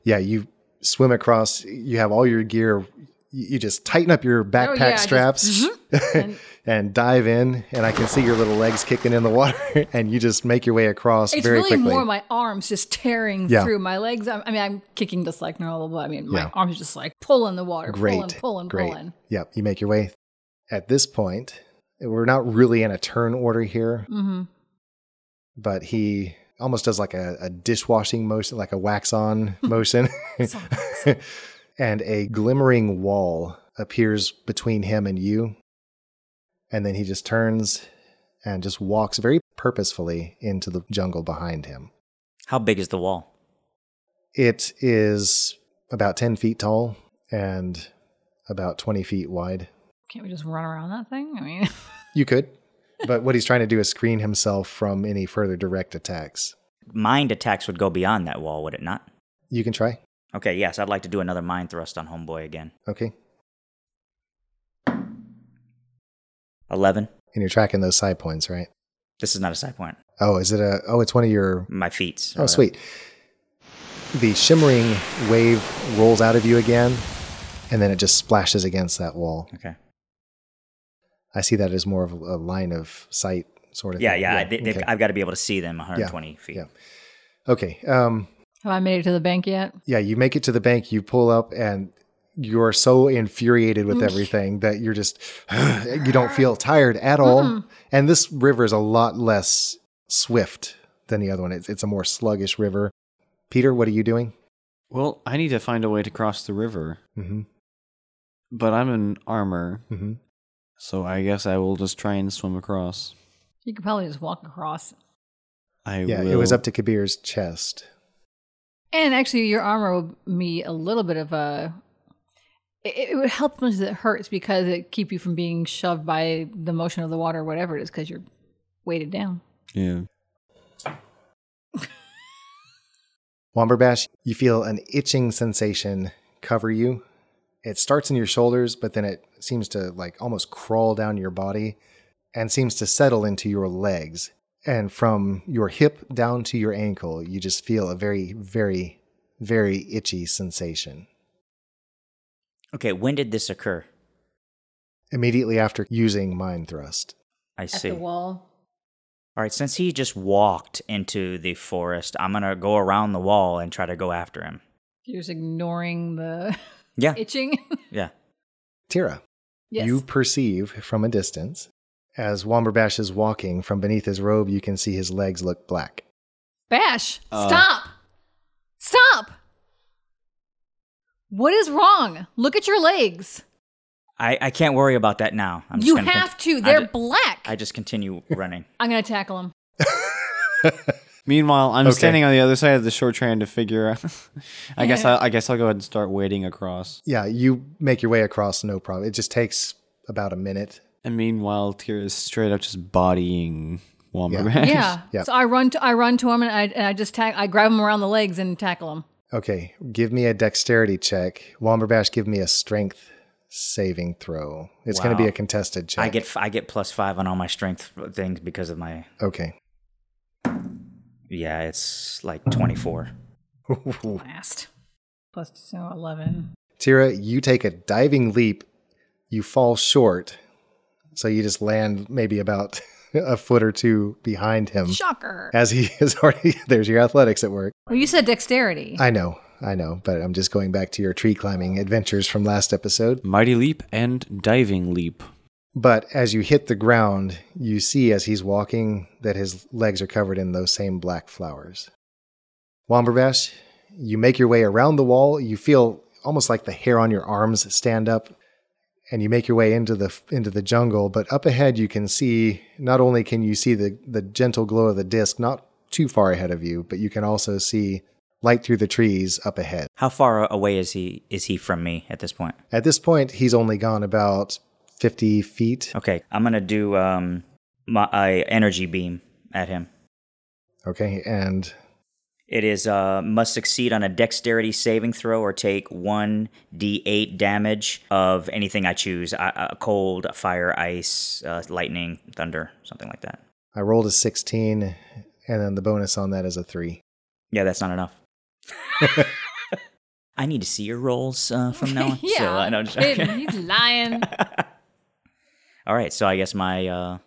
Speaker 1: Yeah, you swim across, you have all your gear. You you just tighten up your backpack
Speaker 3: Oh, yeah, I just- mm-hmm.
Speaker 1: straps
Speaker 3: and-
Speaker 1: *laughs* and dive in, and I can see your little legs kicking in the water, *laughs* and you just make your way across
Speaker 3: It's
Speaker 1: very
Speaker 3: really
Speaker 1: quickly.
Speaker 3: more my arms just tearing
Speaker 1: Yeah.
Speaker 3: through my legs. I, I mean, I'm kicking just like normal, but I mean, my
Speaker 1: Yeah.
Speaker 3: arms just like pulling the water,
Speaker 1: Great.
Speaker 3: pulling, pulling,
Speaker 1: Great.
Speaker 3: pulling.
Speaker 1: Yep. You make your way. At this point, we're not really in a turn order here,
Speaker 3: hmm
Speaker 1: *laughs* but he almost does like a, a dishwashing motion, like a wax on motion. *laughs* and a glimmering wall appears between him and you. And then he just turns and just walks very purposefully into the jungle behind him.
Speaker 4: How big is the wall?
Speaker 1: It is about 10 feet tall and about 20 feet wide.
Speaker 3: Can't we just run around that thing? I mean, *laughs*
Speaker 1: You could. But what he's trying to do is screen himself from any further direct attacks.
Speaker 4: Mind attacks would go beyond that wall, would it not?
Speaker 1: You can try.
Speaker 4: Okay, yes, I'd like to do another mind thrust on Homeboy again.
Speaker 1: Okay.
Speaker 4: 11.
Speaker 1: And you're tracking those side points, right?
Speaker 4: This is not a side point.
Speaker 1: Oh, is it a. Oh, it's one of your.
Speaker 4: My feet.
Speaker 1: Oh, sweet. The shimmering wave rolls out of you again, and then it just splashes against that wall.
Speaker 4: Okay.
Speaker 1: I see that as more of a a line of sight sort of
Speaker 4: Yeah,
Speaker 1: thing.
Speaker 4: yeah. I, they, they've-
Speaker 1: okay.
Speaker 4: I've got to be able to see them 120 feet.
Speaker 1: yeah. okay. Um,
Speaker 3: have I made it to the bank yet?
Speaker 1: yeah, you make it to the bank, you pull up, and you're so infuriated with everything that you're just, *sighs* you don't feel tired at all. And this river is a lot less swift than the other one. It's, it's a more sluggish river. Peter, what are you doing?
Speaker 2: Well, I need to find a way to cross the river,
Speaker 1: Mm-hmm.
Speaker 2: but I'm in armor,
Speaker 1: Mm-hmm.
Speaker 2: so I guess I will just try and swim across.
Speaker 3: You could probably just walk across.
Speaker 2: I
Speaker 1: Yeah,
Speaker 2: will.
Speaker 1: it was up to Kabir's chest.
Speaker 3: And actually, your armor would be a little bit of a. It, it would help much as it hurts because it keep you from being shoved by the motion of the water, or whatever it is, because you're weighted down.
Speaker 2: Yeah.
Speaker 1: Womberbash, you feel an itching sensation cover you. It starts in your shoulders, but then it seems to like almost crawl down your body and seems to settle into your legs. And from your hip down to your ankle, you just feel a very, very, very itchy sensation.
Speaker 4: Okay, when did this occur?
Speaker 1: Immediately after using Mind Thrust.
Speaker 4: I
Speaker 3: At
Speaker 4: see.
Speaker 3: the
Speaker 4: All
Speaker 3: wall.
Speaker 4: right, since he just walked into the forest, I'm going to go around the wall and try to go after him.
Speaker 3: You're just ignoring the
Speaker 4: Yeah.
Speaker 3: *laughs* itching.
Speaker 4: Yeah.
Speaker 1: Tira,
Speaker 3: Yes.
Speaker 1: you perceive from a distance. As Womberbash is walking from beneath his robe, you can see his legs look black.
Speaker 3: Bash,
Speaker 2: Uh.
Speaker 3: stop. Stop. What is wrong? Look at your legs.
Speaker 4: I, I can't worry about that now. I'm just
Speaker 3: you
Speaker 4: gonna con-
Speaker 3: have to.
Speaker 4: I
Speaker 3: They're
Speaker 4: ju-
Speaker 3: black.
Speaker 4: I
Speaker 1: *laughs*
Speaker 4: just continue running.
Speaker 3: I'm going to tackle him.
Speaker 2: Meanwhile, I'm
Speaker 1: Okay.
Speaker 2: standing on the other side of the shore trying to figure out. *laughs* I guess I, I guess I'll go ahead and start wading across.
Speaker 1: Yeah, you make your way across no problem. It just takes about a minute.
Speaker 2: And meanwhile, Tira is straight up just bodying Womberman.
Speaker 3: Yeah.
Speaker 1: Yeah.
Speaker 3: So I run to I run to him and I and I just tag I grab him around the legs and tackle him.
Speaker 1: Okay, give me a dexterity check. Womberbash, give me a strength saving throw. It's going to be
Speaker 4: Wow.
Speaker 1: a contested check.
Speaker 4: I get f- I get plus five on all my strength things because of my
Speaker 1: Okay. *laughs*
Speaker 4: yeah. It's like twenty four.
Speaker 3: Last. Plus so 11.
Speaker 1: Tira, you take a diving leap. You fall short. So you just land maybe about *laughs* a foot or two behind him.
Speaker 3: Shocker.
Speaker 1: As he *laughs* is already, there's your athletics at work.
Speaker 3: Well, you said dexterity. *laughs*
Speaker 1: I know, I know, but I'm just going back to your tree climbing adventures from last episode.
Speaker 2: *laughs* Mighty leap and diving leap.
Speaker 1: But as you hit the ground, you see as he's walking that his legs are covered in those same black flowers. Womberbash, you make your way around the wall. You feel almost like the hair on your arms stand up, and you make your way into the into the jungle. But up ahead, you can see not only can you see the the gentle glow of the disc, not too far ahead of you, but you can also see light through the trees up ahead.
Speaker 4: How far away is he is he from me at this point?
Speaker 1: At this point, he's only gone about fifty feet.
Speaker 4: Okay, I'm gonna do um my I energy beam at him.
Speaker 1: Okay, and
Speaker 4: It is uh, must succeed on a dexterity saving throw or take 1d8 damage of anything I choose I, uh, cold, fire, ice, uh, lightning, thunder, something like that.
Speaker 1: I rolled a 16, and then the bonus on that is a three.
Speaker 4: Yeah, that's not enough. *laughs* I need to see your rolls uh,
Speaker 3: *laughs*
Speaker 4: from now on.
Speaker 3: yeah.
Speaker 4: So, uh, no, I'm
Speaker 3: I'm
Speaker 4: just- *laughs*
Speaker 3: kidding. He's lying.
Speaker 4: All right, so I guess my uh,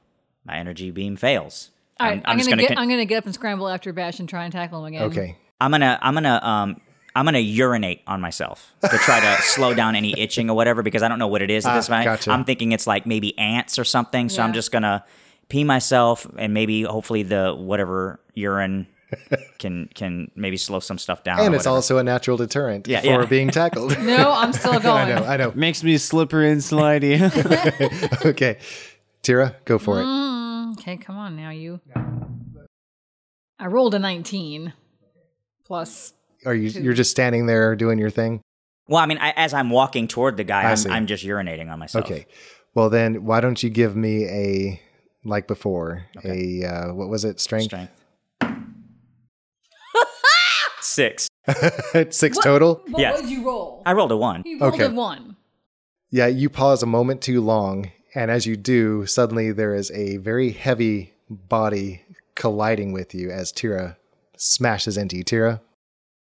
Speaker 4: my energy beam fails.
Speaker 3: All right, I'm,
Speaker 4: just
Speaker 3: gonna, get.
Speaker 4: con-
Speaker 3: I'm gonna get up and scramble after Bash and try and tackle him again.
Speaker 4: Mm-hmm.
Speaker 1: Okay.
Speaker 4: I'm gonna I'm gonna um I'm gonna urinate on myself to try
Speaker 1: *laughs*
Speaker 4: to slow down any itching or whatever because I don't know what it is at
Speaker 1: Ah,
Speaker 4: this point.
Speaker 1: gotcha.
Speaker 4: I'm thinking it's like maybe ants or something, so I'm
Speaker 3: Yeah.
Speaker 4: just gonna pee myself and maybe hopefully the whatever
Speaker 1: *laughs*
Speaker 4: urine can can maybe slow some stuff down. or
Speaker 1: And it's
Speaker 4: Oh, whatever.
Speaker 1: also a natural deterrent
Speaker 4: Yeah,
Speaker 1: for
Speaker 4: yeah.
Speaker 1: being tackled.
Speaker 4: *laughs*
Speaker 1: *laughs*
Speaker 3: No, I'm still
Speaker 1: I
Speaker 3: going.
Speaker 1: know, I know. *laughs*
Speaker 2: Makes me slippery and slidey.
Speaker 1: Okay. Tira, go for it.
Speaker 3: Mm, okay, come on now, you. I rolled a 19 plus.
Speaker 1: Are you
Speaker 4: Mm.
Speaker 1: you're just standing there doing your thing?
Speaker 4: well, I mean, I, as I'm walking toward the guy, I'm,
Speaker 1: see.
Speaker 4: I'm just urinating on myself.
Speaker 1: Okay. Well then why don't you give me a like before, a uh, what was it? Strength?
Speaker 4: Strength. *laughs*
Speaker 1: *laughs*
Speaker 4: Six.
Speaker 1: *laughs* Six total?
Speaker 3: What
Speaker 4: Yes.
Speaker 3: did you roll?
Speaker 4: I rolled a one.
Speaker 3: he rolled
Speaker 1: Okay.
Speaker 3: a 1.
Speaker 1: Yeah, you pause a moment too long, and as you do, suddenly there is a very heavy body colliding with you as Tira smashes into you. Tira,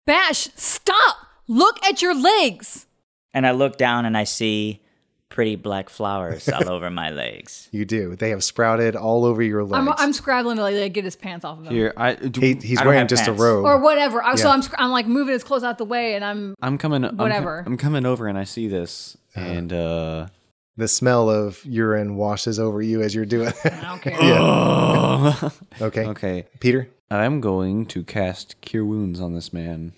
Speaker 3: Bash, stop! Look at your legs!
Speaker 4: And I look down and I see pretty black flowers all over my legs.
Speaker 1: You do. They have sprouted all over your legs.
Speaker 3: I'm, I'm scrabbling to like, get his pants off of him.
Speaker 2: Here, I do,
Speaker 1: he, he's
Speaker 4: I don't
Speaker 1: wearing
Speaker 4: have
Speaker 1: just a
Speaker 4: pants.
Speaker 1: robe.
Speaker 3: Or whatever. I, So
Speaker 1: Yeah.
Speaker 3: I'm, sc- I'm like moving his clothes out the way and I'm.
Speaker 2: I'm coming. I'm co-
Speaker 3: Whatever.
Speaker 2: I'm, coming over and I see this, and uh,
Speaker 1: the smell of urine washes over you as you're doing.
Speaker 3: I don't care.
Speaker 1: *laughs*
Speaker 2: *laughs*
Speaker 1: okay.
Speaker 2: okay,
Speaker 1: Peter,
Speaker 2: I'm going to cast Cure Wounds on this man.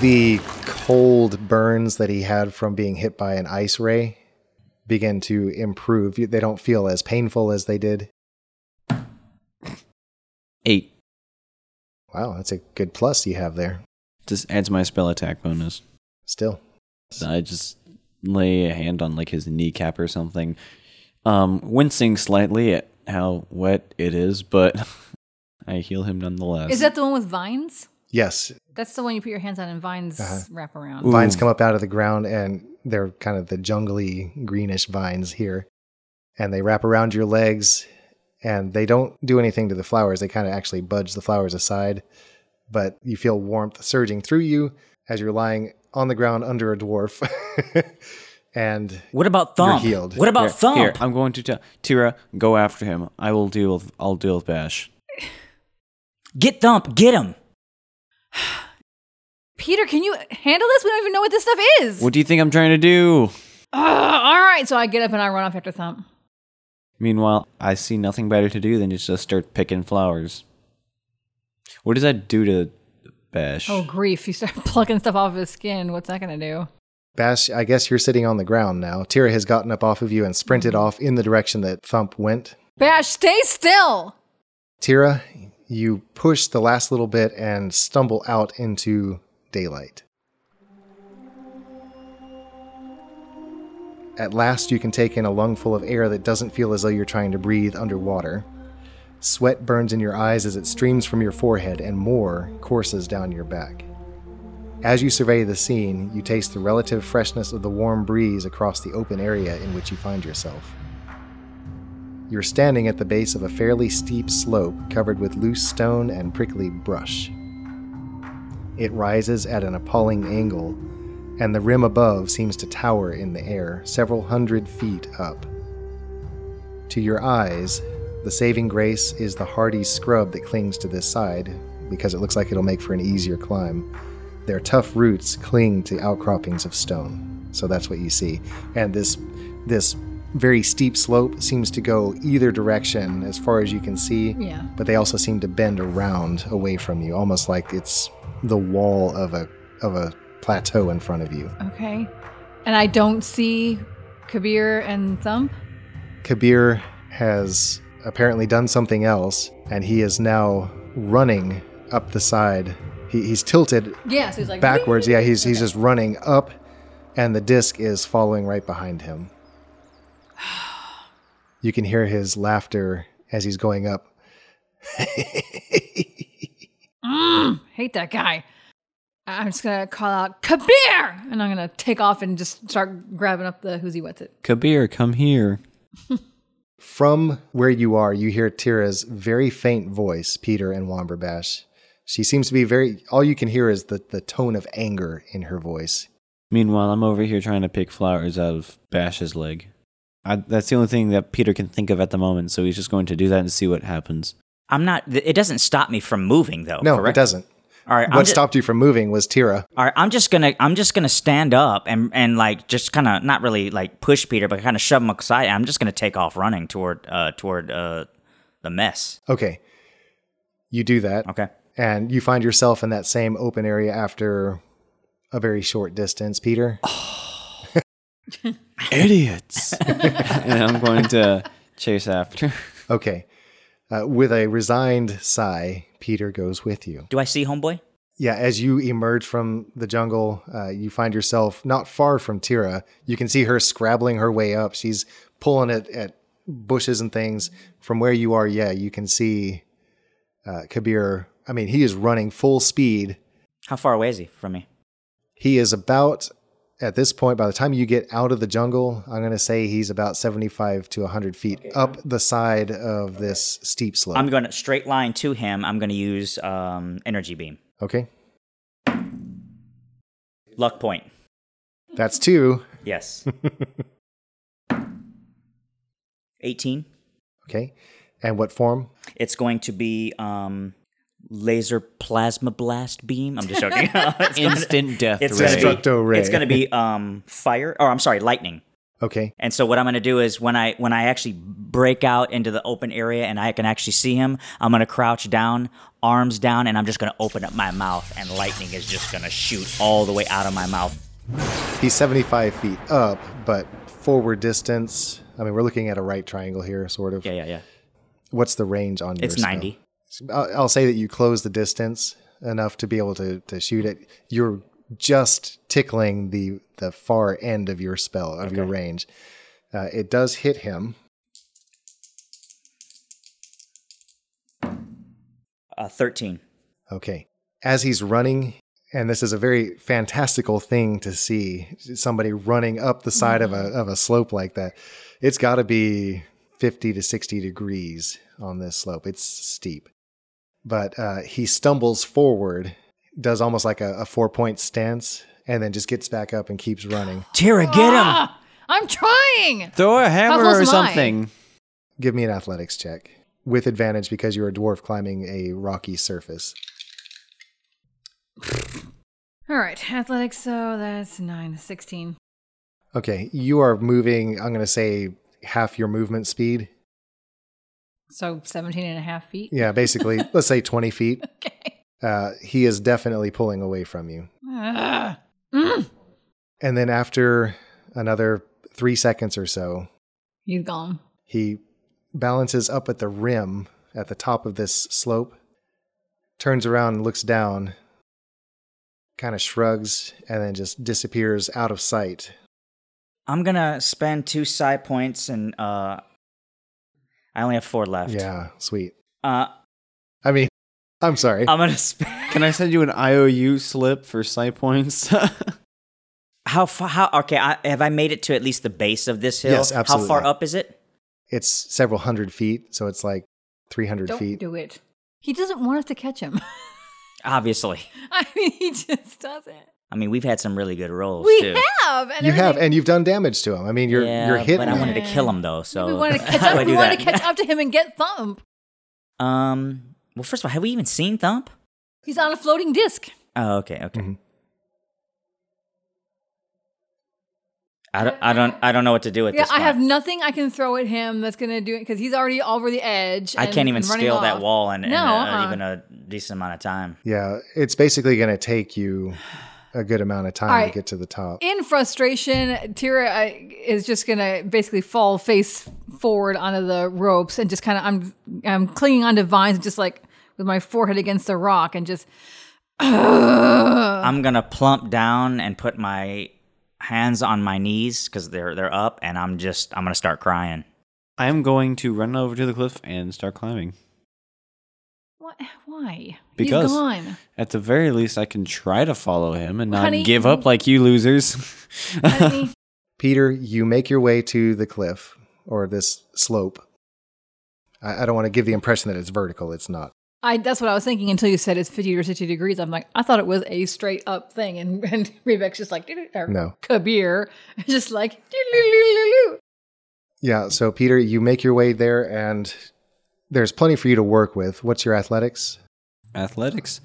Speaker 1: the cold burns that he had from being hit by an ice ray begin to improve. You- They don't feel as painful as they did.
Speaker 2: Eight.
Speaker 1: Wow, that's a good plus you have there.
Speaker 2: This adds my spell attack bonus.
Speaker 1: Still.
Speaker 2: So I just lay a hand on like his kneecap or something, um, wincing slightly at how wet it is, but *laughs* I heal him nonetheless.
Speaker 3: Is that the one with vines?
Speaker 1: Yes,
Speaker 3: That's the one you put your hands on and vines
Speaker 1: Uh-huh.
Speaker 3: wrap around.
Speaker 2: Ooh.
Speaker 1: vines come up out of the ground and they're kind of the jungly greenish vines here and they wrap around your legs and they don't do anything to the flowers they kind of actually budge the flowers aside but you feel warmth surging through you as you're lying on the ground under a dwarf *laughs* and
Speaker 4: What about
Speaker 1: You're
Speaker 4: Thump?
Speaker 1: healed.
Speaker 4: What about
Speaker 2: Here,
Speaker 4: Thump?
Speaker 2: Here, I'm going to tell Tira, go after him. I will deal. With, I'll deal with Bash.
Speaker 4: Get Thump, get him.
Speaker 3: Peter, can you handle this? We don't even know what this stuff is.
Speaker 2: What do you think I'm trying to do?
Speaker 3: "Ugh, all right. So I get up and I run off after Thump.
Speaker 2: Meanwhile, I see nothing better to do than to just start picking flowers. What does that do to Bash?
Speaker 3: Oh, grief. You start *laughs* plucking stuff off of his skin. What's that going to do?
Speaker 1: Bash, I guess you're sitting on the ground now. Tira has gotten up off of you and sprinted off in the direction that Thump went.
Speaker 3: Bash, stay still.
Speaker 1: Tira, you push the last little bit and stumble out into daylight. At last, you can take in a lungful of air that doesn't feel as though you're trying to breathe underwater. Sweat burns in your eyes as it streams from your forehead, and more courses down your back. As you survey the scene, you taste the relative freshness of the warm breeze across the open area in which you find yourself. You're standing at the base of a fairly steep slope covered with loose stone and prickly brush. It rises at an appalling angle, and the rim above seems to tower in the air several hundred feet up. To your eyes, the saving grace is the hardy scrub that clings to this side, because it looks like it'll make for an easier climb. Their tough roots cling to outcroppings of stone, so that's what you see. And this, this very steep slope seems to go either direction as far as you can see,
Speaker 3: Yeah.
Speaker 1: but they also seem to bend around away from you, almost like it's the wall of a of a plateau in front of you.
Speaker 3: Okay. And I don't see Kabir and Thump.
Speaker 1: Kabir has apparently done something else, and he is now running up the side. He, he's tilted
Speaker 3: Yeah. So he's like,
Speaker 1: backwards. Yeah, he's he's just running up, and the disc is following right behind him. You can hear his laughter as he's going up. *laughs*
Speaker 3: Mm, hate that guy. I- I'm just gonna call out Kabir, and I'm gonna take off and just start grabbing up the who's he what's it.
Speaker 2: Kabir, come here.
Speaker 1: From where you are, you hear Tira's very faint voice, Peter and Womberbash. She seems to be very, all you can hear is the, the tone of anger in her voice.
Speaker 2: Meanwhile, I'm over here trying to pick flowers out of Bash's leg. I, that's the only thing that Peter can think of at the moment, so he's just going to do that and see what happens. *laughs*
Speaker 4: I'm not. th- It doesn't stop me from moving, though.
Speaker 1: no,
Speaker 4: Oh, correct?
Speaker 1: it doesn't.
Speaker 4: All right, I'm
Speaker 1: what
Speaker 4: ju-
Speaker 1: stopped you from moving was Tira.
Speaker 4: All right, I'm just gonna I'm just gonna stand up and and like just kind of not really like push Peter, but kind of shove him aside. I'm just gonna take off running toward uh toward uh the mess.
Speaker 1: Okay. You do that.
Speaker 4: Okay.
Speaker 1: And you find yourself in that same open area after a very short distance, Peter.
Speaker 4: Oh.
Speaker 2: Idiots! and I'm going to chase
Speaker 4: *laughs*
Speaker 2: after.
Speaker 1: Okay. Uh, with a resigned sigh, Peter goes with you.
Speaker 4: Do I see homeboy?
Speaker 1: yeah, as you emerge from the jungle, uh, you find yourself not far from Tira. You can see her scrabbling her way up. She's pulling at, at bushes and things. From where you are, yeah, you can see uh, Kabir. I mean, he is running full speed.
Speaker 4: How far away is he from me?
Speaker 1: He is about, at this point, by the time you get out of the jungle, I'm going to say he's about 75 to 100 feet up the side of this steep slope.
Speaker 4: I'm gonna straight line to him. I'm gonna use um energy beam.
Speaker 1: okay.
Speaker 4: Luck point.
Speaker 1: That's two. *laughs*
Speaker 4: Yes. Eighteen.
Speaker 1: Okay. And what form?
Speaker 4: It's going to be um laser plasma blast beam. I'm just joking. *laughs* It's gonna-
Speaker 2: Instant death
Speaker 4: It's
Speaker 2: ray.
Speaker 4: gonna be,
Speaker 1: Destructo ray.
Speaker 4: it's gonna be um fire or I'm sorry, lightning.
Speaker 1: Okay.
Speaker 4: And so what I'm going to do is when I when I actually break out into the open area and I can actually see him, I'm going to crouch down, arms down, and I'm just going to open up my mouth, and lightning is just going to shoot all the way out of my mouth.
Speaker 1: He's 75 feet up, but forward distance. I mean, we're looking at a right triangle here, sort of.
Speaker 4: Yeah, yeah, yeah.
Speaker 1: What's the range on yours?
Speaker 4: It's 90.
Speaker 1: now? I'll, I'll say that you close the distance enough to be able to, to shoot it. You're just tickling the the far end of your spell of your range. Uh, it does hit him.
Speaker 4: Uh, 13.
Speaker 1: Okay. As he's running, and this is a very fantastical thing to see somebody running up the side of a of a slope like that. It's got to be 50 to 60 degrees on this slope. It's steep. But uh, he stumbles forward, does almost like a, a four point stance, and then just gets back up and keeps running.
Speaker 4: Tira, get him!
Speaker 3: Ah, I'm trying.
Speaker 2: Throw a hammer
Speaker 3: close
Speaker 2: or
Speaker 3: am I?
Speaker 2: something.
Speaker 1: Give me an athletics check with advantage because you're a dwarf climbing a rocky surface.
Speaker 3: All right, athletics. So that's nine, 16.
Speaker 1: Okay, you are moving, I'm going to say half your movement speed.
Speaker 3: So 17 and a half feet.
Speaker 1: Yeah,
Speaker 3: *laughs*
Speaker 1: basically, let's say 20 feet.
Speaker 3: Okay.
Speaker 1: Uh, he is definitely pulling away from you.
Speaker 3: Ah. Mm.
Speaker 1: And then after another three seconds or so,
Speaker 3: He's gone.
Speaker 1: He balances up at the rim at the top of this slope, turns around and looks down, kind of shrugs, and then just disappears out of sight.
Speaker 4: I'm gonna spend two side points and uh I only have four left.
Speaker 1: Yeah, sweet.
Speaker 4: Uh
Speaker 1: I mean, *laughs* I'm sorry.
Speaker 4: I'm gonna spend
Speaker 2: Can I send you an IOU slip for sight points? *laughs*
Speaker 4: how far how okay, I, have I made it to at least the base of this hill?
Speaker 1: Yes, absolutely.
Speaker 4: How far up is it?
Speaker 1: it's several hundred feet, so it's like 300
Speaker 3: Don't
Speaker 1: feet.
Speaker 3: do it. He doesn't want us to catch him. *laughs*
Speaker 4: Obviously.
Speaker 3: I mean, he just doesn't.
Speaker 4: I mean we've had some really good rolls
Speaker 3: we
Speaker 4: too.
Speaker 3: have. And
Speaker 1: you have,
Speaker 3: everything.
Speaker 1: and you've done damage to him. I mean, you're
Speaker 4: yeah,
Speaker 1: you're hitting.
Speaker 4: But I
Speaker 1: him.
Speaker 4: wanted to kill him though, so
Speaker 3: we
Speaker 4: *laughs*
Speaker 3: wanted to catch
Speaker 4: how do I
Speaker 3: up. We
Speaker 4: do
Speaker 3: wanted to
Speaker 4: that?
Speaker 3: catch up to him and get Thump.
Speaker 4: Um well first of all, have we even seen Thump?
Speaker 3: He's on a floating disc.
Speaker 4: Oh, okay, okay.
Speaker 1: Mhm.
Speaker 4: I don't, I don't, I don't know what to do with
Speaker 3: Yeah,
Speaker 4: this.
Speaker 3: I
Speaker 4: one.
Speaker 3: have nothing I can throw at him that's going to do it because he's already over the edge.
Speaker 4: I
Speaker 3: and
Speaker 4: can't even
Speaker 3: running
Speaker 4: scale that
Speaker 3: off.
Speaker 4: wall in, in
Speaker 3: No,
Speaker 4: a-
Speaker 3: uh-uh.
Speaker 4: even a decent amount of time.
Speaker 1: Yeah, it's basically going to take you a good amount of time
Speaker 3: All
Speaker 1: to
Speaker 3: right.
Speaker 1: get to the top.
Speaker 3: In frustration, Tira uh, is just going to basically fall face forward onto the ropes and just kind of I'm I'm clinging onto vines and just like with my forehead against the rock and just *sighs*
Speaker 4: I'm gonna plump down and put my hands on my knees because they're they're up, and I'm just I'm gonna start crying.
Speaker 2: I'm going to run over to the cliff and start climbing.
Speaker 3: what why?
Speaker 2: Because-
Speaker 3: he's
Speaker 4: *laughs*
Speaker 3: gone.
Speaker 2: At the very least, I can try to follow him and not
Speaker 3: Honey.
Speaker 2: give up like you losers.
Speaker 3: Honey,
Speaker 1: Peter, you make your way to the cliff or this slope. I, I don't want to give the impression that it's vertical. It's not.
Speaker 3: I that's what I was thinking until you said it's 50 or 60 degrees. I'm like, I thought it was a straight up thing. And, *laughs* and Rebecca's just like, "Doo-doo," or
Speaker 1: No.
Speaker 3: Kabir, *laughs* just like, "Doo-doo-doo-doo-doo."
Speaker 1: Yeah. So, Peter, you make your way there, and there's plenty for you to work with. What's your athletics?
Speaker 2: *laughs* Athletics.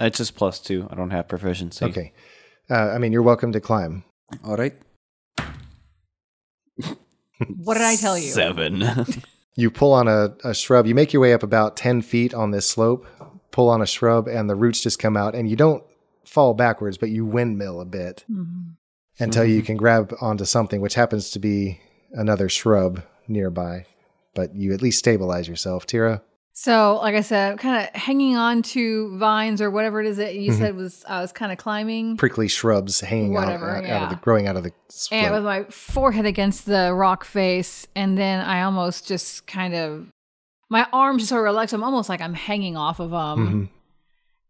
Speaker 2: It's just plus two. I don't have proficiency.
Speaker 1: Okay. Uh, I mean, you're welcome to climb.
Speaker 2: All right.
Speaker 3: what did I tell you? *laughs*
Speaker 2: Seven.
Speaker 1: You pull on a, a shrub. You make your way up about 10 feet on this slope, pull on a shrub, and the roots just come out, and you don't fall backwards, but you windmill a bit
Speaker 3: Mhm.
Speaker 1: until you can grab onto something, which happens to be another shrub nearby. But you at least stabilize yourself. Tira,
Speaker 3: So, like I said, I'm kind of hanging on to vines or whatever it is that you said was I was kind of climbing.
Speaker 1: prickly shrubs hanging
Speaker 3: Whatever,
Speaker 1: out, out, out of the,
Speaker 3: yeah.
Speaker 1: growing out of the
Speaker 3: and with
Speaker 1: slope.
Speaker 3: my forehead against the rock face, and then I almost just kind of my arms just sort of relaxed. I'm almost like I'm hanging off of um, them.
Speaker 1: Mhm.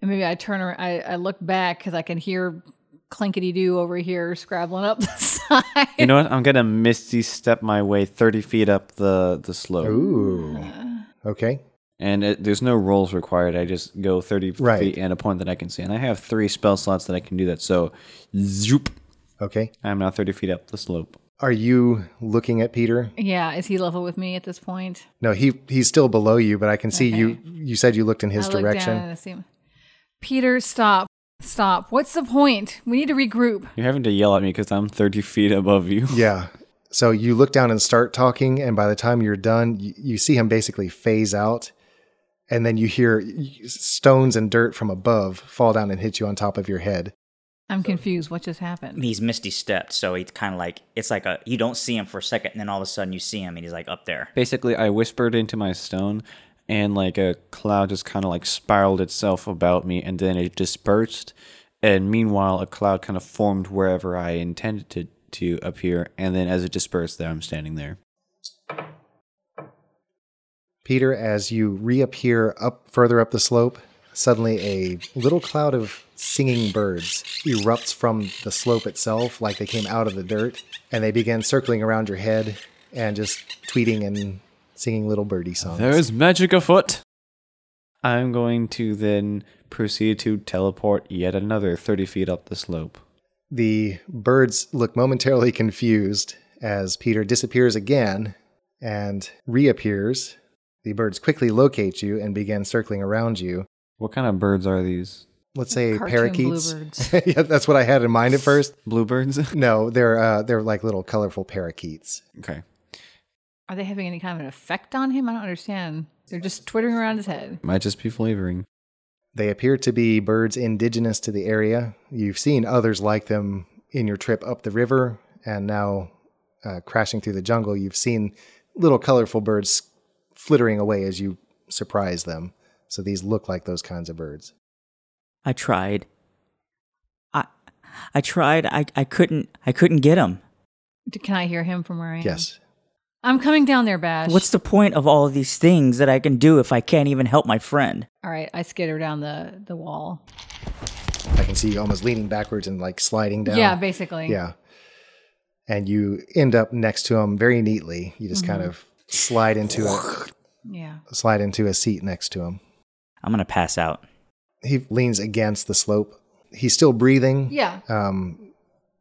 Speaker 3: And maybe I turn around, I, I look back because I can hear clinkety doo over here scrabbling up *laughs* the side.
Speaker 2: you know what? I'm gonna misty step my way 30 feet up the the slope,
Speaker 1: Ooh. Mm-hmm. Okay.
Speaker 2: and it, there's no rolls required. I just go 30
Speaker 1: Right.
Speaker 2: feet and a point that I can see, and I have three spell slots that I can do that. So, zoop!
Speaker 1: Okay.
Speaker 2: I'm now 30 feet up the slope.
Speaker 1: Are you looking at Peter?
Speaker 3: yeah, is he level with me at this point?
Speaker 1: No, he he's still below you, but I can see you. You said you looked in his
Speaker 3: I look
Speaker 1: direction.
Speaker 3: Down and I see him. Peter, stop. Stop. What's the point? We need to regroup.
Speaker 2: You're having to yell at me because I'm 30 feet above you.
Speaker 1: Yeah. So you look down and start talking, and by the time you're done, you, you see him basically phase out, and then you hear y- stones and dirt from above fall down and hit you on top of your head.
Speaker 3: I'm confused. What just happened?
Speaker 4: He's misty stepped, so he's kind of like it's like a you don't see him for a second, and then all of a sudden you see him, and he's like up there.
Speaker 2: Basically, I whispered into my stone, and like a cloud just kind of like spiraled itself about me, and then it dispersed. And meanwhile, a cloud kind of formed wherever I intended to, to appear, and then as it dispersed, there I'm standing there.
Speaker 1: Peter, as you reappear up further up the slope, suddenly a little cloud of singing birds erupts from the slope itself, like they came out of the dirt, and they begin circling around your head and just tweeting and singing little birdie songs.
Speaker 2: There is magic afoot. I'm going to then proceed to teleport yet another 30 feet up the slope.
Speaker 1: The birds look momentarily confused as Peter disappears again and reappears. The birds quickly locate you and begin circling around you,
Speaker 2: What kind of birds are these?
Speaker 1: let's say
Speaker 3: Cartoon
Speaker 1: parakeets.
Speaker 3: bluebirds.
Speaker 1: *laughs* yeah, that's what I had in mind at first.
Speaker 2: Bluebirds. *laughs*
Speaker 1: No, they're uh, they're like little colorful parakeets.
Speaker 2: okay.
Speaker 3: Are they having any kind of an effect on him? I don't understand. They're just twittering around his head.
Speaker 2: Might just be flavoring.
Speaker 1: They appear to be birds indigenous to the area. You've seen others like them in your trip up the river, and now uh, crashing through the jungle, you've seen little colorful birds flittering away as you surprise them. So these look like those kinds of birds.
Speaker 4: I tried. I I tried. I, I couldn't I couldn't get him.
Speaker 3: D- Can I hear him from where I am?
Speaker 1: Yes.
Speaker 3: I'm coming down there, Bash.
Speaker 4: What's the point of all these things that I can do if I can't even help my friend?
Speaker 3: All right, I skitter down the the wall.
Speaker 1: I can see you almost leaning backwards and like sliding down.
Speaker 3: Yeah, basically.
Speaker 1: Yeah. And you end up next to him very neatly. You just kind of slide into a
Speaker 3: Yeah.
Speaker 1: slide into a seat next to him.
Speaker 4: I'm gonna pass out.
Speaker 1: He leans against the slope. He's still breathing.
Speaker 3: Yeah.
Speaker 1: Um,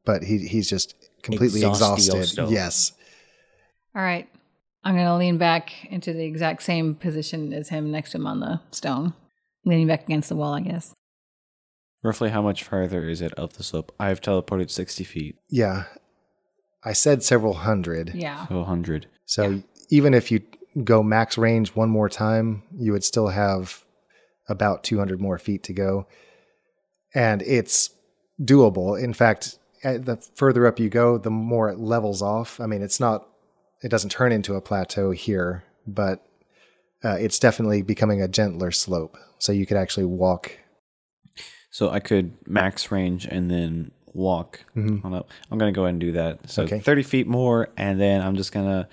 Speaker 1: but he he's just completely exhausted.
Speaker 4: Exhaustioso.
Speaker 1: Yes.
Speaker 3: All right. I'm going to lean back into the exact same position as him next to him on the stone. Leaning back against the wall, I guess.
Speaker 2: Roughly how much farther is it up the slope? I've teleported 60 feet,
Speaker 1: Yeah. I said several hundred.
Speaker 3: Yeah.
Speaker 2: so 100.
Speaker 1: So even if you go max range one more time, you would still have about 200 more feet to go. And it's doable. In fact, at the further up you go, the more it levels off. I mean, it's not, it doesn't turn into a plateau here, but uh, it's definitely becoming a gentler slope. So you could actually walk.
Speaker 2: So I could max range and then walk on up. I'm gonna go ahead and do that. So
Speaker 1: Okay.
Speaker 2: 30 feet more, and then I'm just gonna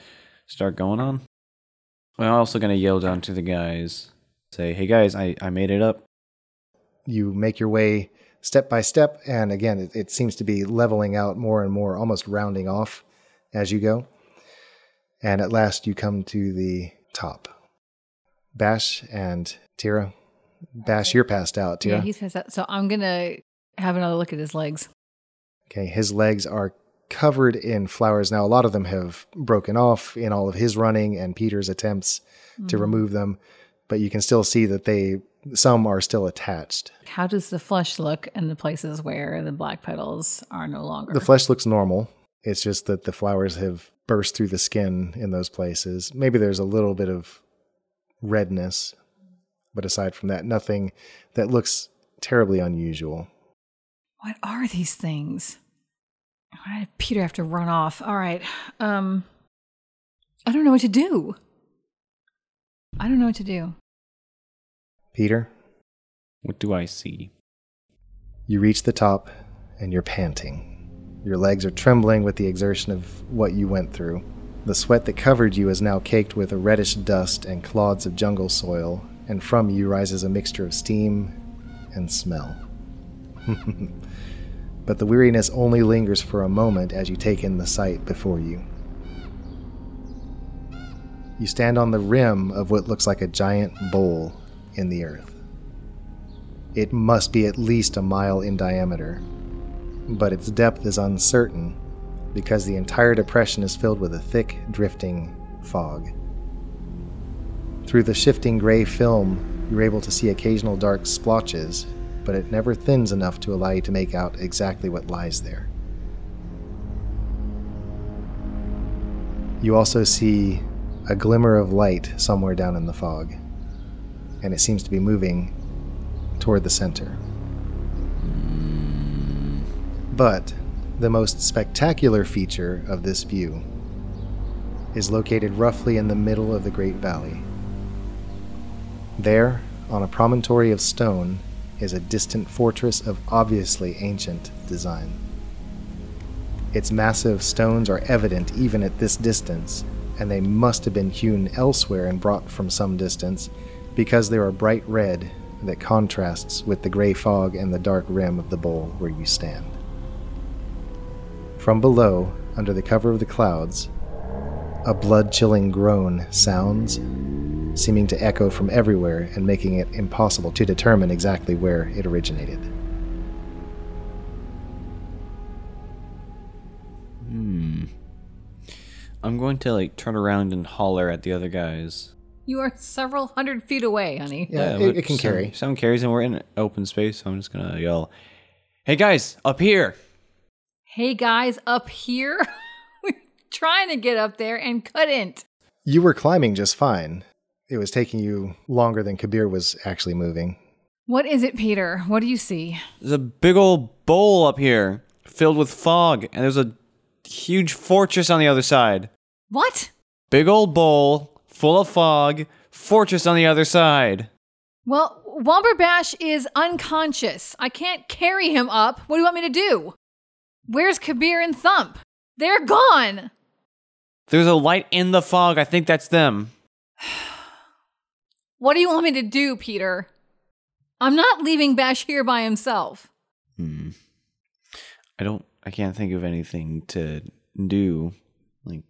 Speaker 2: start going on. And I'm also gonna yell down to the guys, say, "Hey guys, I I made it up.
Speaker 1: You make your way step by step. And again, it, it seems to be leveling out more and more, almost rounding off as you go. And at last, you come to the top. Bash and Tira. Bash, you're passed out,
Speaker 3: Yeah,
Speaker 1: Tira.
Speaker 3: he's pissed out. So I'm going to have another look at his legs.
Speaker 1: okay, his legs are covered in flowers. Now, a lot of them have broken off in all of his running and Peter's attempts
Speaker 3: Mm-hmm.
Speaker 1: to remove them, but you can still see that they, some are still attached.
Speaker 3: How does the flesh look in the places where the black petals are no longer?
Speaker 1: The flesh looks normal. It's just that the flowers have burst through the skin in those places. Maybe there's a little bit of redness, but aside from that, nothing that looks terribly unusual.
Speaker 3: what are these things? Why did Peter have to run off? All right. Um, I don't know what to do. I don't know what to do.
Speaker 1: Peter,
Speaker 2: What do I see?"
Speaker 1: you reach the top and you're panting. Your legs are trembling with the exertion of what you went through. The sweat that covered you is now caked with a reddish dust and clods of jungle soil, and from you rises a mixture of steam and smell. *laughs* but the weariness only lingers for a moment as you take in the sight before you. You stand on the rim of what looks like a giant bowl in the earth. It must be at least a mile in diameter, but its depth is uncertain because the entire depression is filled with a thick, drifting fog. Through the shifting gray film, you're able to see occasional dark splotches, but it never thins enough to allow you to make out exactly what lies there. You also see a glimmer of light somewhere down in the fog, and it seems to be moving toward the center. But the most spectacular feature of this view is located roughly in the middle of the Great Valley. There, on a promontory of stone, is a distant fortress of obviously ancient design. Its massive stones are evident even at this distance, and they must have been hewn elsewhere and brought from some distance because they are bright red that contrasts with the gray fog and the dark rim of the bowl where you stand. From below, under the cover of the clouds, a blood chilling groan sounds, seeming to echo from everywhere and making it impossible to determine exactly where it originated.
Speaker 2: I'm going to like turn around and holler at the other guys.
Speaker 3: You are several hundred feet away, honey.
Speaker 1: Yeah,
Speaker 2: but
Speaker 1: it, it can
Speaker 2: some-
Speaker 1: carry.
Speaker 2: Some carries, and we're in an open space, so I'm just gonna yell, "Hey guys, up here!"
Speaker 3: Hey guys, up here. *laughs* We're trying to get up there and couldn't.
Speaker 1: You were climbing just fine. It was taking you longer than Kabir was actually moving.
Speaker 3: What is it, Peter? What do you see?
Speaker 2: There's a big old bowl up here filled with fog, and there's a huge fortress on the other side.
Speaker 3: What?
Speaker 2: Big old bowl full of fog, fortress on the other side.
Speaker 3: Well, Womberbash is unconscious. I can't carry him up. What do you want me to do? Where's Kabir and Thump? They're gone.
Speaker 2: There's a light in the fog. I think that's them.
Speaker 3: What do you want me to do, Peter? I'm not leaving Bash here by himself.
Speaker 2: Hmm. I don't. I can't think of anything to do. Like,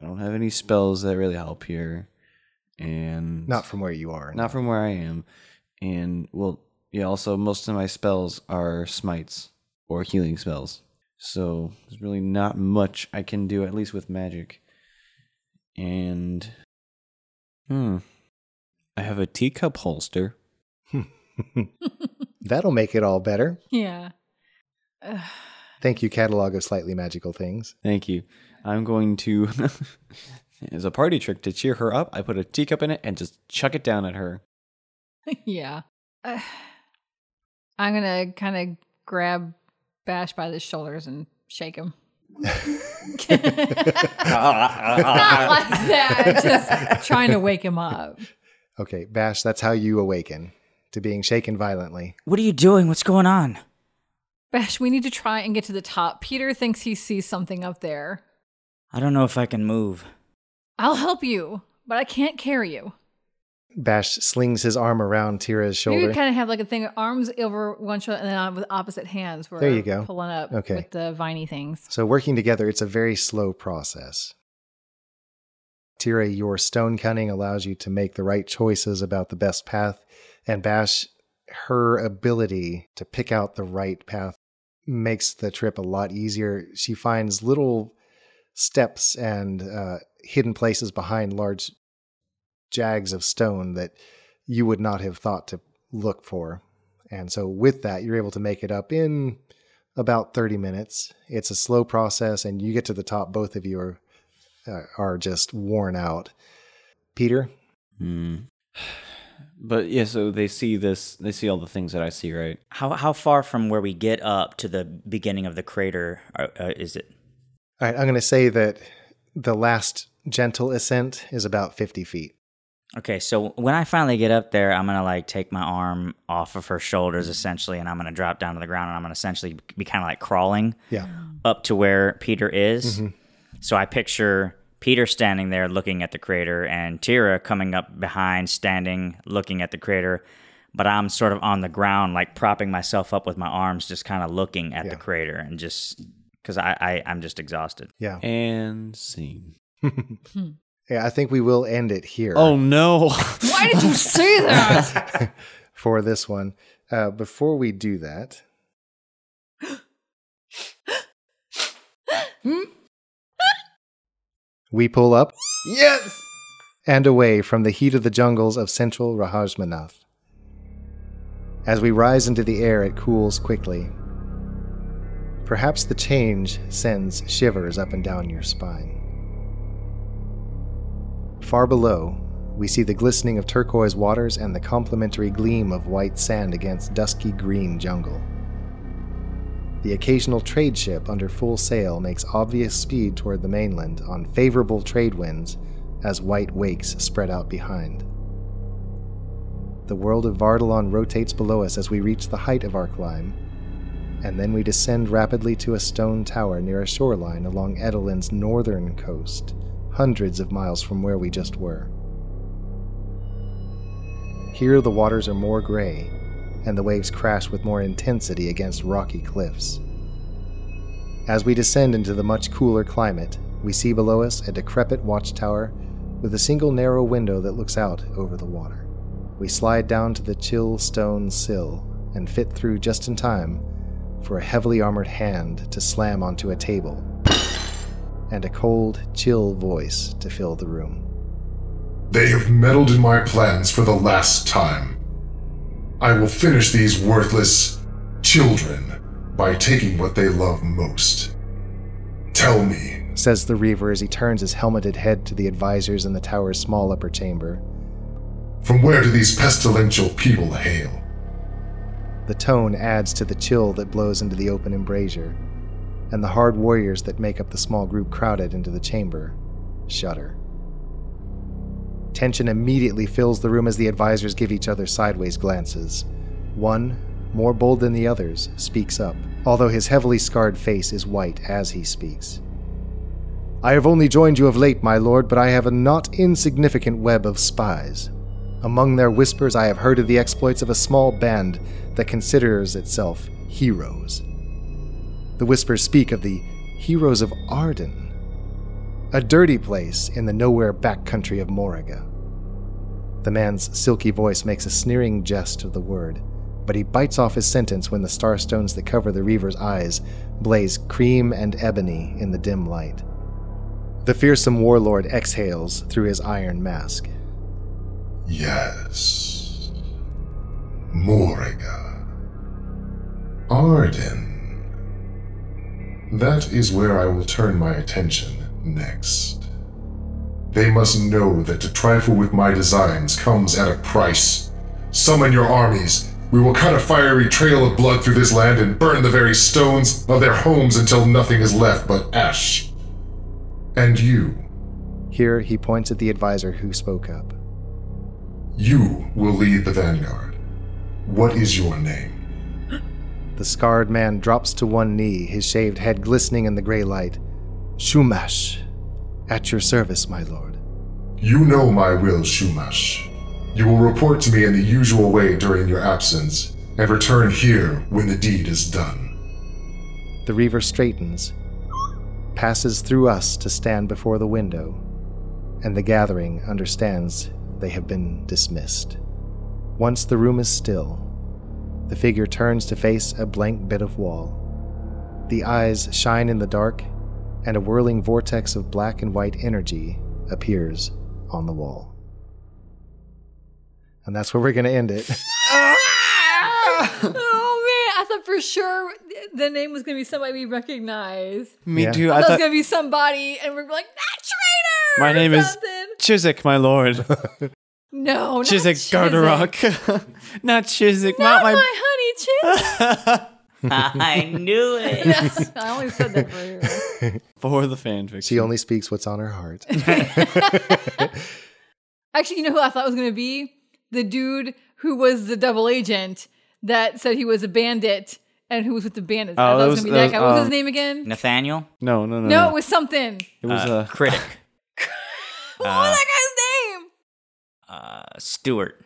Speaker 2: I don't have any spells that really help here, and
Speaker 1: Not from where you are.
Speaker 2: not from where I am. And well, yeah. Also, most of my spells are smites or healing spells, so there's really not much I can do, at least with magic. And hmm, I have a teacup holster.
Speaker 1: That'll make it all better.
Speaker 3: Yeah.
Speaker 1: Thank you, catalog of slightly magical things.
Speaker 2: Thank you. I'm going to, *laughs* as a party trick to cheer her up, I put a teacup in it and just chuck it down at her.
Speaker 3: yeah. Uh, I'm going to kind of grab Bash by the shoulders and
Speaker 1: *laughs*
Speaker 3: shake him. *laughs* Not like that.
Speaker 1: *laughs*
Speaker 3: Just trying to wake him up.
Speaker 1: Okay, Bash, that's how you awaken to being shaken violently.
Speaker 4: What are you doing? What's going on?
Speaker 3: Bash, we need to try and get to the top. Peter thinks he sees something up there.
Speaker 4: I don't know if I can move.
Speaker 3: I'll help you, but I can't carry you.
Speaker 1: Bash slings his arm around Tira's
Speaker 3: Maybe
Speaker 1: shoulder.
Speaker 3: we kind of have like a thing arms over one shoulder and then on- with opposite hands. We're
Speaker 1: There you go.
Speaker 3: Pulling up
Speaker 1: Okay.
Speaker 3: with the
Speaker 1: *laughs*
Speaker 3: viney things.
Speaker 1: So, working together, it's a very slow process. Tira, your stone cunning allows you to make the right choices about the best path, and Bash, her ability to pick out the right path makes the trip a lot easier. She finds little steps and uh, hidden places behind large jags of stone that you would not have thought to look for. And so, with that, you're able to make it up in about 30 minutes. It's a slow process, and you get to the top. Both of you are uh, are just worn out. Peter,
Speaker 2: Hmm. *sighs* But yeah, so they see this. They see all the things that I see, right?
Speaker 4: How how far from where we get up to the beginning of the crater uh, uh, is it?
Speaker 1: all right, I'm going to say that the last gentle ascent is about 50 feet.
Speaker 4: Okay, so when I finally get up there, I'm gonna like take my arm off of her shoulders essentially, and I'm gonna drop down to the ground, and I'm gonna essentially be kind of like crawling
Speaker 1: Yeah.
Speaker 4: up to where Peter is. So I picture Peter standing there looking at the crater, and Tira coming up behind, standing looking at the crater. But I'm sort of on the ground, like propping myself up with my arms, just kind of looking at
Speaker 1: Yeah.
Speaker 4: the crater, and just because I, I I'm just exhausted.
Speaker 2: *laughs*
Speaker 1: Yeah.
Speaker 2: And scene.
Speaker 1: Yeah, I think we will end it here. *laughs*
Speaker 2: Oh no!
Speaker 3: Why did
Speaker 2: *laughs*
Speaker 3: you say that?
Speaker 1: for this one. Uh, before we do that, we pull up
Speaker 2: yes.
Speaker 1: and away from the heat of the jungles of central Rahajmanath. As we rise into the air, it cools quickly. Perhaps the change sends shivers up and down your spine. Far below, we see the glistening of turquoise waters and the complementary gleam of white sand against dusky green jungle. The occasional trade ship under full sail makes obvious speed toward the mainland on favorable trade winds as white wakes spread out behind. The world of Vardalon rotates below us as we reach the height of our climb, and then we descend rapidly to a stone tower near a shoreline along Edelin's northern coast, hundreds of miles from where we just were. Here the waters are more gray, and the waves crash with more intensity against rocky cliffs. As we descend into the much cooler climate, we see below us a decrepit watchtower with a single narrow window that looks out over the water. We slide down to the chill stone sill and fit through just in time for a heavily armored hand to slam onto a table and a cold, chill voice to fill the room.
Speaker 6: They have meddled in my plans for the last time. I will finish these worthless children by taking what they love most. Tell me,
Speaker 1: says the Reaver as he turns his helmeted head to the advisors in the tower's small upper chamber.
Speaker 6: from where do these pestilential people hail?
Speaker 1: The tone adds to the chill that blows into the open embrasure, and the hard warriors that make up the small group crowded into the chamber shudder. Tension immediately fills the room as the advisors give each other sideways glances. One, more bold than the others, speaks up, although his heavily scarred face is white as he speaks. I have only joined you of late, my lord, but I have a not insignificant web of spies. Among their whispers, I have heard of the exploits of a small band that considers itself heroes. The whispers speak of the heroes of Arden, a dirty place in the nowhere backcountry of Moraga. The man's silky voice makes a sneering jest of the word, but he bites off his sentence when the starstones that cover the Reaver's eyes blaze cream and ebony in the dim light. The fearsome warlord exhales through his iron mask.
Speaker 6: Yes. Moraga. Arden. That is where I will turn my attention next. They must know that to trifle with my designs comes at a price. Summon your armies. We will cut a fiery trail of blood through this land and burn the very stones of their homes until nothing is left but ash. And you,
Speaker 1: Here he points at the advisor who spoke up.
Speaker 6: you will lead the vanguard. What is your name?
Speaker 1: The scarred man drops to one knee, his shaved head glistening in the gray light. Shumash, at your service, my lord.
Speaker 6: You know my will, Shumash. You will report to me in the usual way during your absence, and return here when the deed is done.
Speaker 1: The Reaver straightens, passes through us to stand before the window, and the gathering understands they have been dismissed. Once the room is still, the figure turns to face a blank bit of wall. The eyes shine in the dark, and a whirling vortex of black and white energy appears on the wall. And that's where we're going to end it.
Speaker 3: Oh man, I thought for sure th- the name was gonna be somebody we recognize.
Speaker 2: Me
Speaker 1: Yeah.
Speaker 2: too. I
Speaker 3: I thought it was
Speaker 2: thought
Speaker 3: gonna be somebody, and we're like, that traitor.
Speaker 2: my
Speaker 3: or
Speaker 2: name is
Speaker 3: something.
Speaker 2: Chiswick, my
Speaker 3: *laughs*
Speaker 2: lord.
Speaker 3: no, not
Speaker 2: Chiswick Gardarok. *laughs* not Chiswick, not,
Speaker 3: my,
Speaker 2: my.
Speaker 3: honey Chiswick.
Speaker 4: I knew it.
Speaker 2: *laughs*
Speaker 3: I only said that for you.
Speaker 2: For the fanfic.
Speaker 1: she only speaks what's on her
Speaker 2: *laughs*
Speaker 1: heart.
Speaker 3: Actually, you know who I thought was gonna be the dude who was the double agent that said he was a bandit and who was with the bandits. I
Speaker 2: Oh,
Speaker 3: thought
Speaker 2: that
Speaker 3: it
Speaker 2: was-
Speaker 3: was gonna be
Speaker 2: that was,
Speaker 3: that, guy. What was
Speaker 2: um,
Speaker 3: his name again?
Speaker 4: *laughs* Nathaniel,
Speaker 2: No, no, no.
Speaker 3: No, Ah. it was something.
Speaker 2: It was
Speaker 4: uh,
Speaker 2: a.
Speaker 4: critic.
Speaker 3: What
Speaker 4: Uh,
Speaker 3: was that guy's name?
Speaker 4: Uh, Stuart,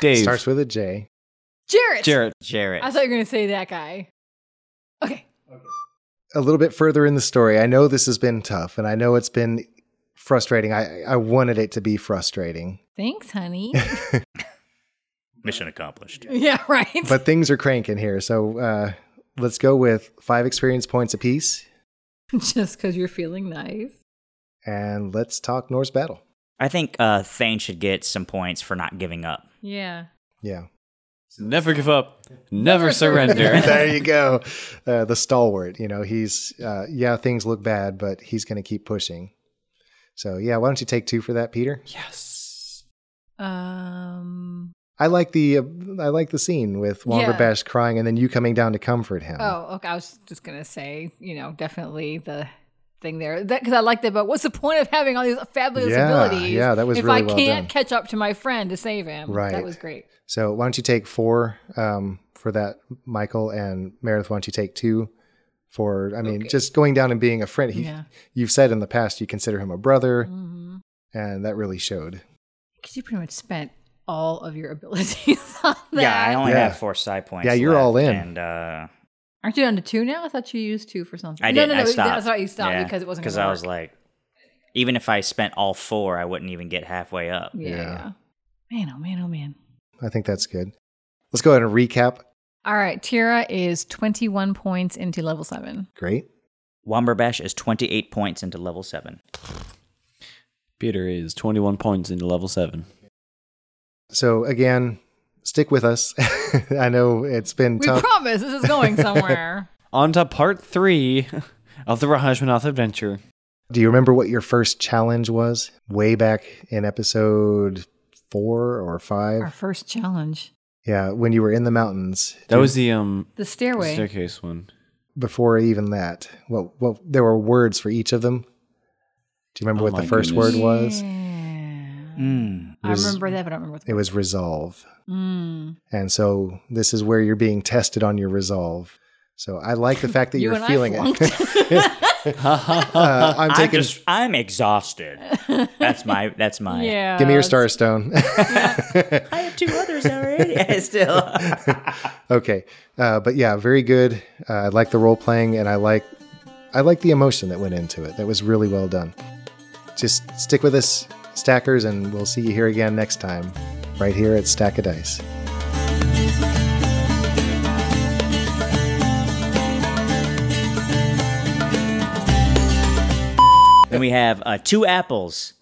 Speaker 2: Dave.
Speaker 1: Starts with a J.
Speaker 3: Jarrett.
Speaker 2: Jarrett.
Speaker 4: Jarrett.
Speaker 3: I thought you were gonna say that guy. Okay.
Speaker 1: a little bit further in the story, I know this has been tough and I know it's been frustrating. I, I wanted it to be frustrating,
Speaker 3: Thanks,
Speaker 1: *laughs*
Speaker 3: honey.
Speaker 4: Mission accomplished.
Speaker 3: yeah, right.
Speaker 1: but things are cranking here. So uh, let's go with five experience points apiece
Speaker 3: *laughs* Just because you're feeling nice.
Speaker 1: and let's talk Norse battle.
Speaker 4: I think uh, Thane should get some points for not giving up.
Speaker 3: Yeah.
Speaker 1: Yeah.
Speaker 2: Never give up.
Speaker 1: *laughs*
Speaker 2: Never
Speaker 1: *laughs*
Speaker 2: surrender.
Speaker 1: there you go. Uh, the stalwart, you know, he's, uh, yeah, things look bad, but he's going to keep pushing. So yeah, why don't you take two for that, Peter?
Speaker 2: yes.
Speaker 3: Um.
Speaker 1: I like the uh, I like the scene with Wonderbash Bash crying and then you coming down to comfort him.
Speaker 3: Oh, okay. I was just gonna say, you know, definitely the thing there that because I like that. But what's the point of having all these fabulous
Speaker 1: Yeah,
Speaker 3: abilities?
Speaker 1: yeah, that was
Speaker 3: if
Speaker 1: really
Speaker 3: I
Speaker 1: well done.
Speaker 3: can't catch up to my friend to save him.
Speaker 1: Right.
Speaker 3: That was great.
Speaker 1: So why don't you take four um, for that, Michael and Meredith? Why don't you take two for? I mean,
Speaker 3: Okay.
Speaker 1: just going down and being a friend. He, *laughs*
Speaker 3: Yeah.
Speaker 1: You've said in the past you consider him a brother,
Speaker 3: Mm-hmm.
Speaker 1: and that really showed.
Speaker 3: Because you pretty much spent all of your *laughs* abilities on that.
Speaker 4: Yeah, I only
Speaker 1: Yeah.
Speaker 4: have four side points.
Speaker 1: Yeah, you're
Speaker 4: left,
Speaker 1: all in.
Speaker 4: And uh,
Speaker 3: Aren't you down to two now? I thought you used two for something.
Speaker 4: I
Speaker 3: no,
Speaker 4: didn't.
Speaker 3: no, no.
Speaker 4: I stopped.
Speaker 3: That's why you stopped
Speaker 4: Yeah,
Speaker 3: because it wasn't.
Speaker 4: Because
Speaker 3: gonna
Speaker 4: I was
Speaker 3: work.
Speaker 4: like, even if I spent all four, I wouldn't even get halfway up.
Speaker 3: yeah,
Speaker 1: Yeah.
Speaker 3: yeah. Man, oh man, oh man.
Speaker 1: I think that's good. Let's go ahead and recap.
Speaker 3: All right, Tira is 21 points into level 7.
Speaker 1: Great.
Speaker 4: Womberbash is 28 points into level seven.
Speaker 2: Peter is 21 points into level 7.
Speaker 1: So again, stick with us. *laughs* I know it's been
Speaker 3: We
Speaker 1: tough.
Speaker 3: promise this is going somewhere.
Speaker 2: On to part 3 *laughs* of the Rahajmanath adventure.
Speaker 1: Do you remember what your first challenge was way back in episode four or
Speaker 3: Our
Speaker 1: five?
Speaker 3: first challenge
Speaker 1: Yeah, when you were in the mountains.
Speaker 2: That was the um
Speaker 3: the stairway.
Speaker 2: staircase one.
Speaker 1: before even that. Well, well, there were words for each of them. Do you remember
Speaker 2: Oh
Speaker 1: what the
Speaker 2: my
Speaker 1: first
Speaker 2: goodness.
Speaker 1: word was?
Speaker 4: Mm.
Speaker 3: I remember that, but I don't remember what
Speaker 1: It was resolve.
Speaker 3: Mm.
Speaker 1: And so this is where you're being tested on your resolve. So I like the fact that
Speaker 3: *laughs* You
Speaker 1: you're
Speaker 3: and I
Speaker 1: feeling it. Uh, I'm
Speaker 4: I'm
Speaker 1: taking.
Speaker 4: just I'm exhausted. That's my that's
Speaker 3: *laughs*
Speaker 4: my
Speaker 1: *laughs*
Speaker 3: Yeah.
Speaker 1: Give me your star stone. *laughs*
Speaker 4: I have two others already. *laughs* I still
Speaker 1: okay, uh, but yeah, very good. Uh, I like the role playing, and I like, I like the emotion that went into it. That was really well done. Just stick with us, stackers, and we'll see you here again next time, right here at Stack of Dice.
Speaker 4: Then we have uh, two apples,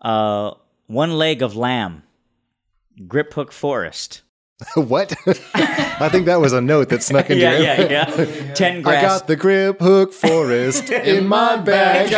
Speaker 4: uh, one leg of lamb, grip hook forest.
Speaker 1: *laughs* what? I think that was a note that snuck into
Speaker 4: Yeah,
Speaker 1: your.
Speaker 4: yeah, yeah. *laughs* Ten
Speaker 1: I
Speaker 4: grass.
Speaker 1: got
Speaker 4: *laughs*
Speaker 1: the grip hook forest in my bag.